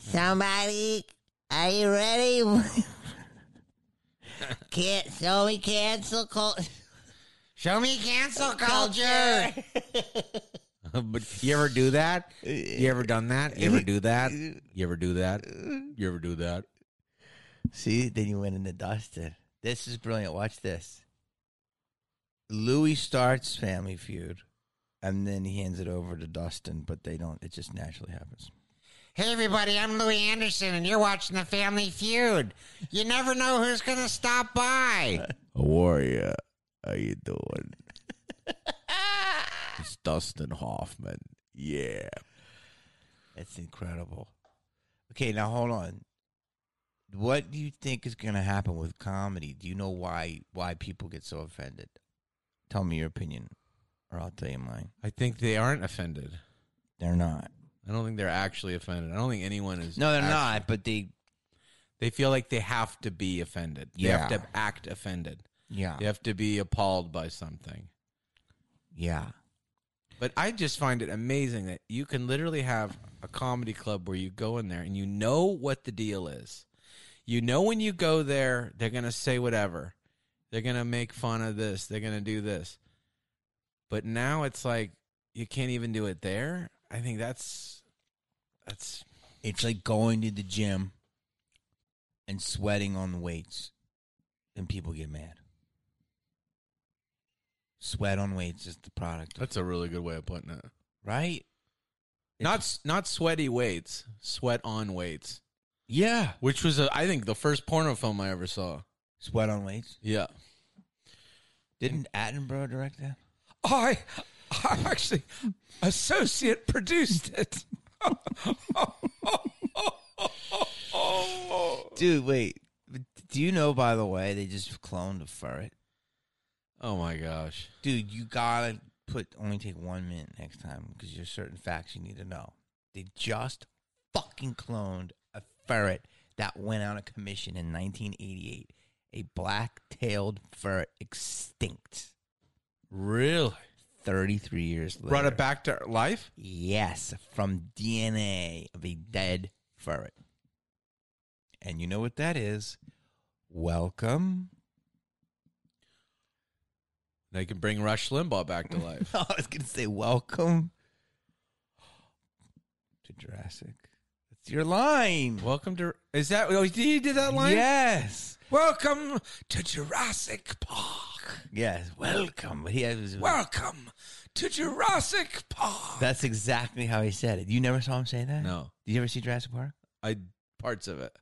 Somebody, are you ready? Can't so we cancel cult. Show me cancel culture. but you ever do that? You ever done that? You ever do that? You ever do that? You ever do that? See, then you went into Dustin. This is brilliant. Watch this. Louis starts Family Feud, and then he hands it over to Dustin, but they don't. It just naturally happens. Hey everybody, I'm Louis Anderson and you're watching the Family Feud. You never know who's gonna stop by. Warrior, how you doing? it's Dustin Hoffman. Yeah. That's incredible. Okay, now hold on. What do you think is going to happen with comedy? Do you know why why people get so offended? Tell me your opinion, or I'll tell you mine. I think they aren't offended. They're not. I don't think they're actually offended. I don't think anyone is. No, they're act- not. But they, They feel like they have to be offended. They have Yeah. to act offended. yeah, They have to be appalled by something. yeah. But I just find it amazing that you can literally have a comedy club where you go in there and you know what the deal is. You know when you go there, they're going to say whatever. They're going to make fun of this. They're going to do this. But now it's like you can't even do it there. I think that's that's It's like going to the gym and sweating on the weights, and people get mad. Sweat on weights is the product, of, that's a really good way of putting it. right? Not s- not sweaty weights, sweat on weights, Yeah. which was a, I think the first porno film I ever saw. Sweat on weights. Yeah. Didn't Attenborough direct that? I, I actually associate produced it. Dude, wait. Do you know, by the way, they just cloned a ferret? Oh my gosh. Dude, you gotta put only take one minute next time because there's certain facts you need to know. They just fucking cloned a ferret that went out of commission in 1988. A black-tailed ferret extinct Really? 33 years later. Brought it back to life? Yes, from DNA of a dead ferret. And you know what that is? Welcome. They can bring Rush Limbaugh back to life. I was going to say welcome to Jurassic. That's your line. Welcome to Is that oh, he did that line? Yes. Welcome to Jurassic Park. Yes. Welcome. But he has, Welcome to Jurassic Park. that's exactly how he said it. You never saw him say that? No. Did you ever see Jurassic Park? I parts of it.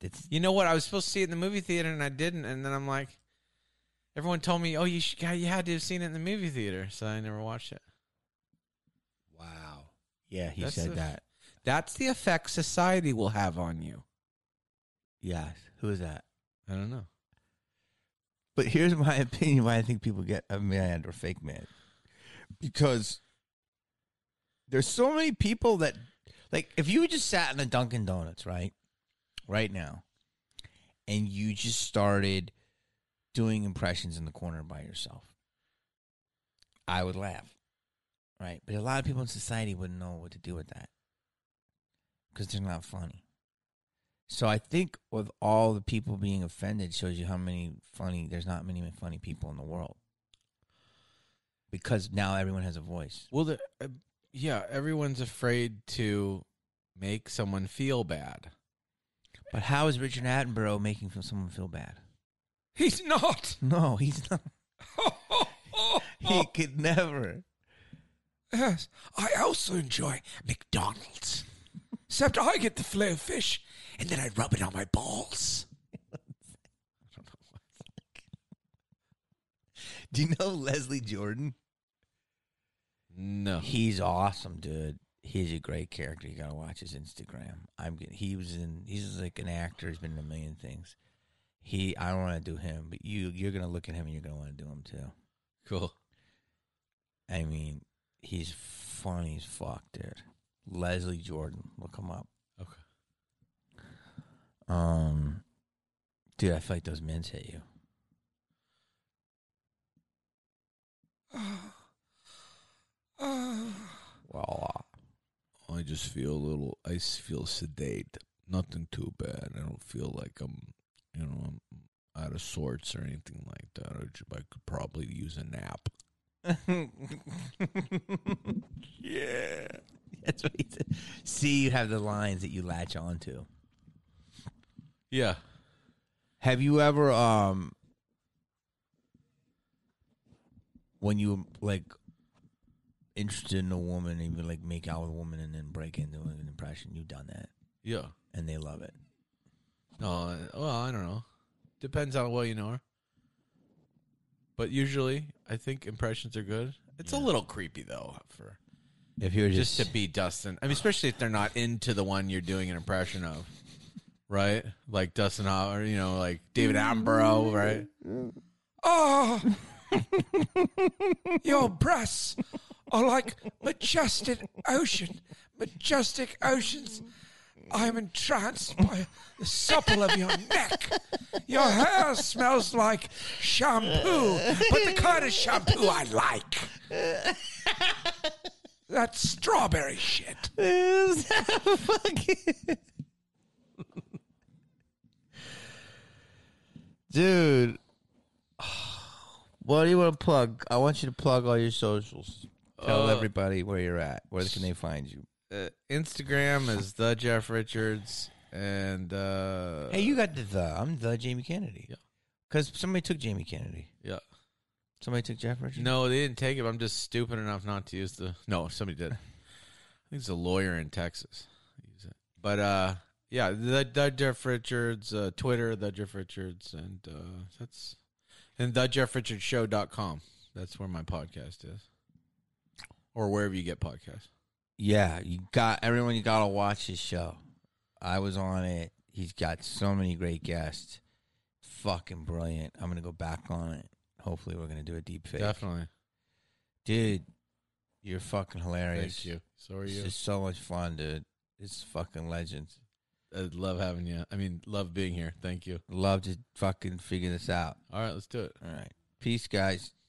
It's, You know what? I was supposed to see it in the movie theater and I didn't, and then I'm like, everyone told me, oh, you should, you had to have seen it in the movie theater, so I never watched it. wow. Yeah, he That's said a- that. That's the effect society will have on you. Yes. Who is that? I don't know. But here's my opinion why I think people get a man or fake man. Because there's so many people that like if you just sat in a Dunkin' Donuts, right? Right now, and you just started doing impressions in the corner by yourself. I would laugh. Right? But a lot of people in society wouldn't know what to do with that. Because they're not funny. So I think with all the people being offended shows you how many funny there's not many funny people in the world. Because now everyone has a voice. Well, the, uh, yeah, everyone's afraid to make someone feel bad. But how is Richard Attenborough making f- someone feel bad? He's not. No, he's not. He could never. Yes, I also enjoy McDonald's. Except I get the filet of fish, and then I rub it on my balls. Do you know Leslie Jordan? No. He's awesome, dude. He's a great character. You gotta watch his Instagram. I'm get- he was in. He's like an actor. He's been in a million things. He I don't want to do him, but you you're gonna look at him and you're gonna want to do him too. Cool. I mean, he's funny as fuck, dude. Leslie Jordan, look him up. Okay. Um, dude, I feel like those men's hit you. Well, I just feel a little. I s- feel sedate. Nothing too bad. I don't feel like I'm, you know, I'm out of sorts or anything like that. I, ju- I could probably use a nap. yeah, that's what he said. See, you have the lines that you latch onto. Yeah. Have you ever um when you like interested in a woman and you like make out with a woman and then break into an impression, you've done that Yeah. and they love it. No. I- Well, I don't know. Depends on how well you know her. But usually, I think impressions are good. It's a little creepy though for If you're just to be Dustin. I mean, especially if they're not into the one you're doing an impression of, right? Like Dustin Hoff, or you know, like David Attenborough, right? Ah, your breasts are like majestic ocean, majestic oceans. I am entranced by the supple of your neck. Your hair smells like shampoo, but the kind of shampoo I like. That strawberry shit. dude. What do you want to plug? I want you to plug all your socials. Tell Uh, everybody where you're at. Where can they find you? Uh, Instagram is the Jeff Richards, and uh, Hey, you got the, the I'm the Jamie Kennedy. Because somebody took Jamie Kennedy. yeah, Somebody took Jeff Richards. no, they didn't take it. I'm just stupid enough not to use the. No, somebody did. he's a lawyer in Texas. He's a- But uh, yeah, the, the Jeff Richards uh, Twitter, the Jeff Richards, and uh, that's and the Jeff Richards Show.com. That's where my podcast is, or wherever you get podcasts. Yeah, you got everyone. You gotta watch his show. I was on it. He's got so many great guests. Fucking brilliant. I'm gonna go back on it. Hopefully, we're gonna do a deep fake. Definitely, dude. You're fucking hilarious. thank you. So are It's you? just so much fun, dude. It's fucking legends. I love having you. I mean, love being here. Thank you. Love to fucking figure this out. All right, let's do it. All right, peace, guys.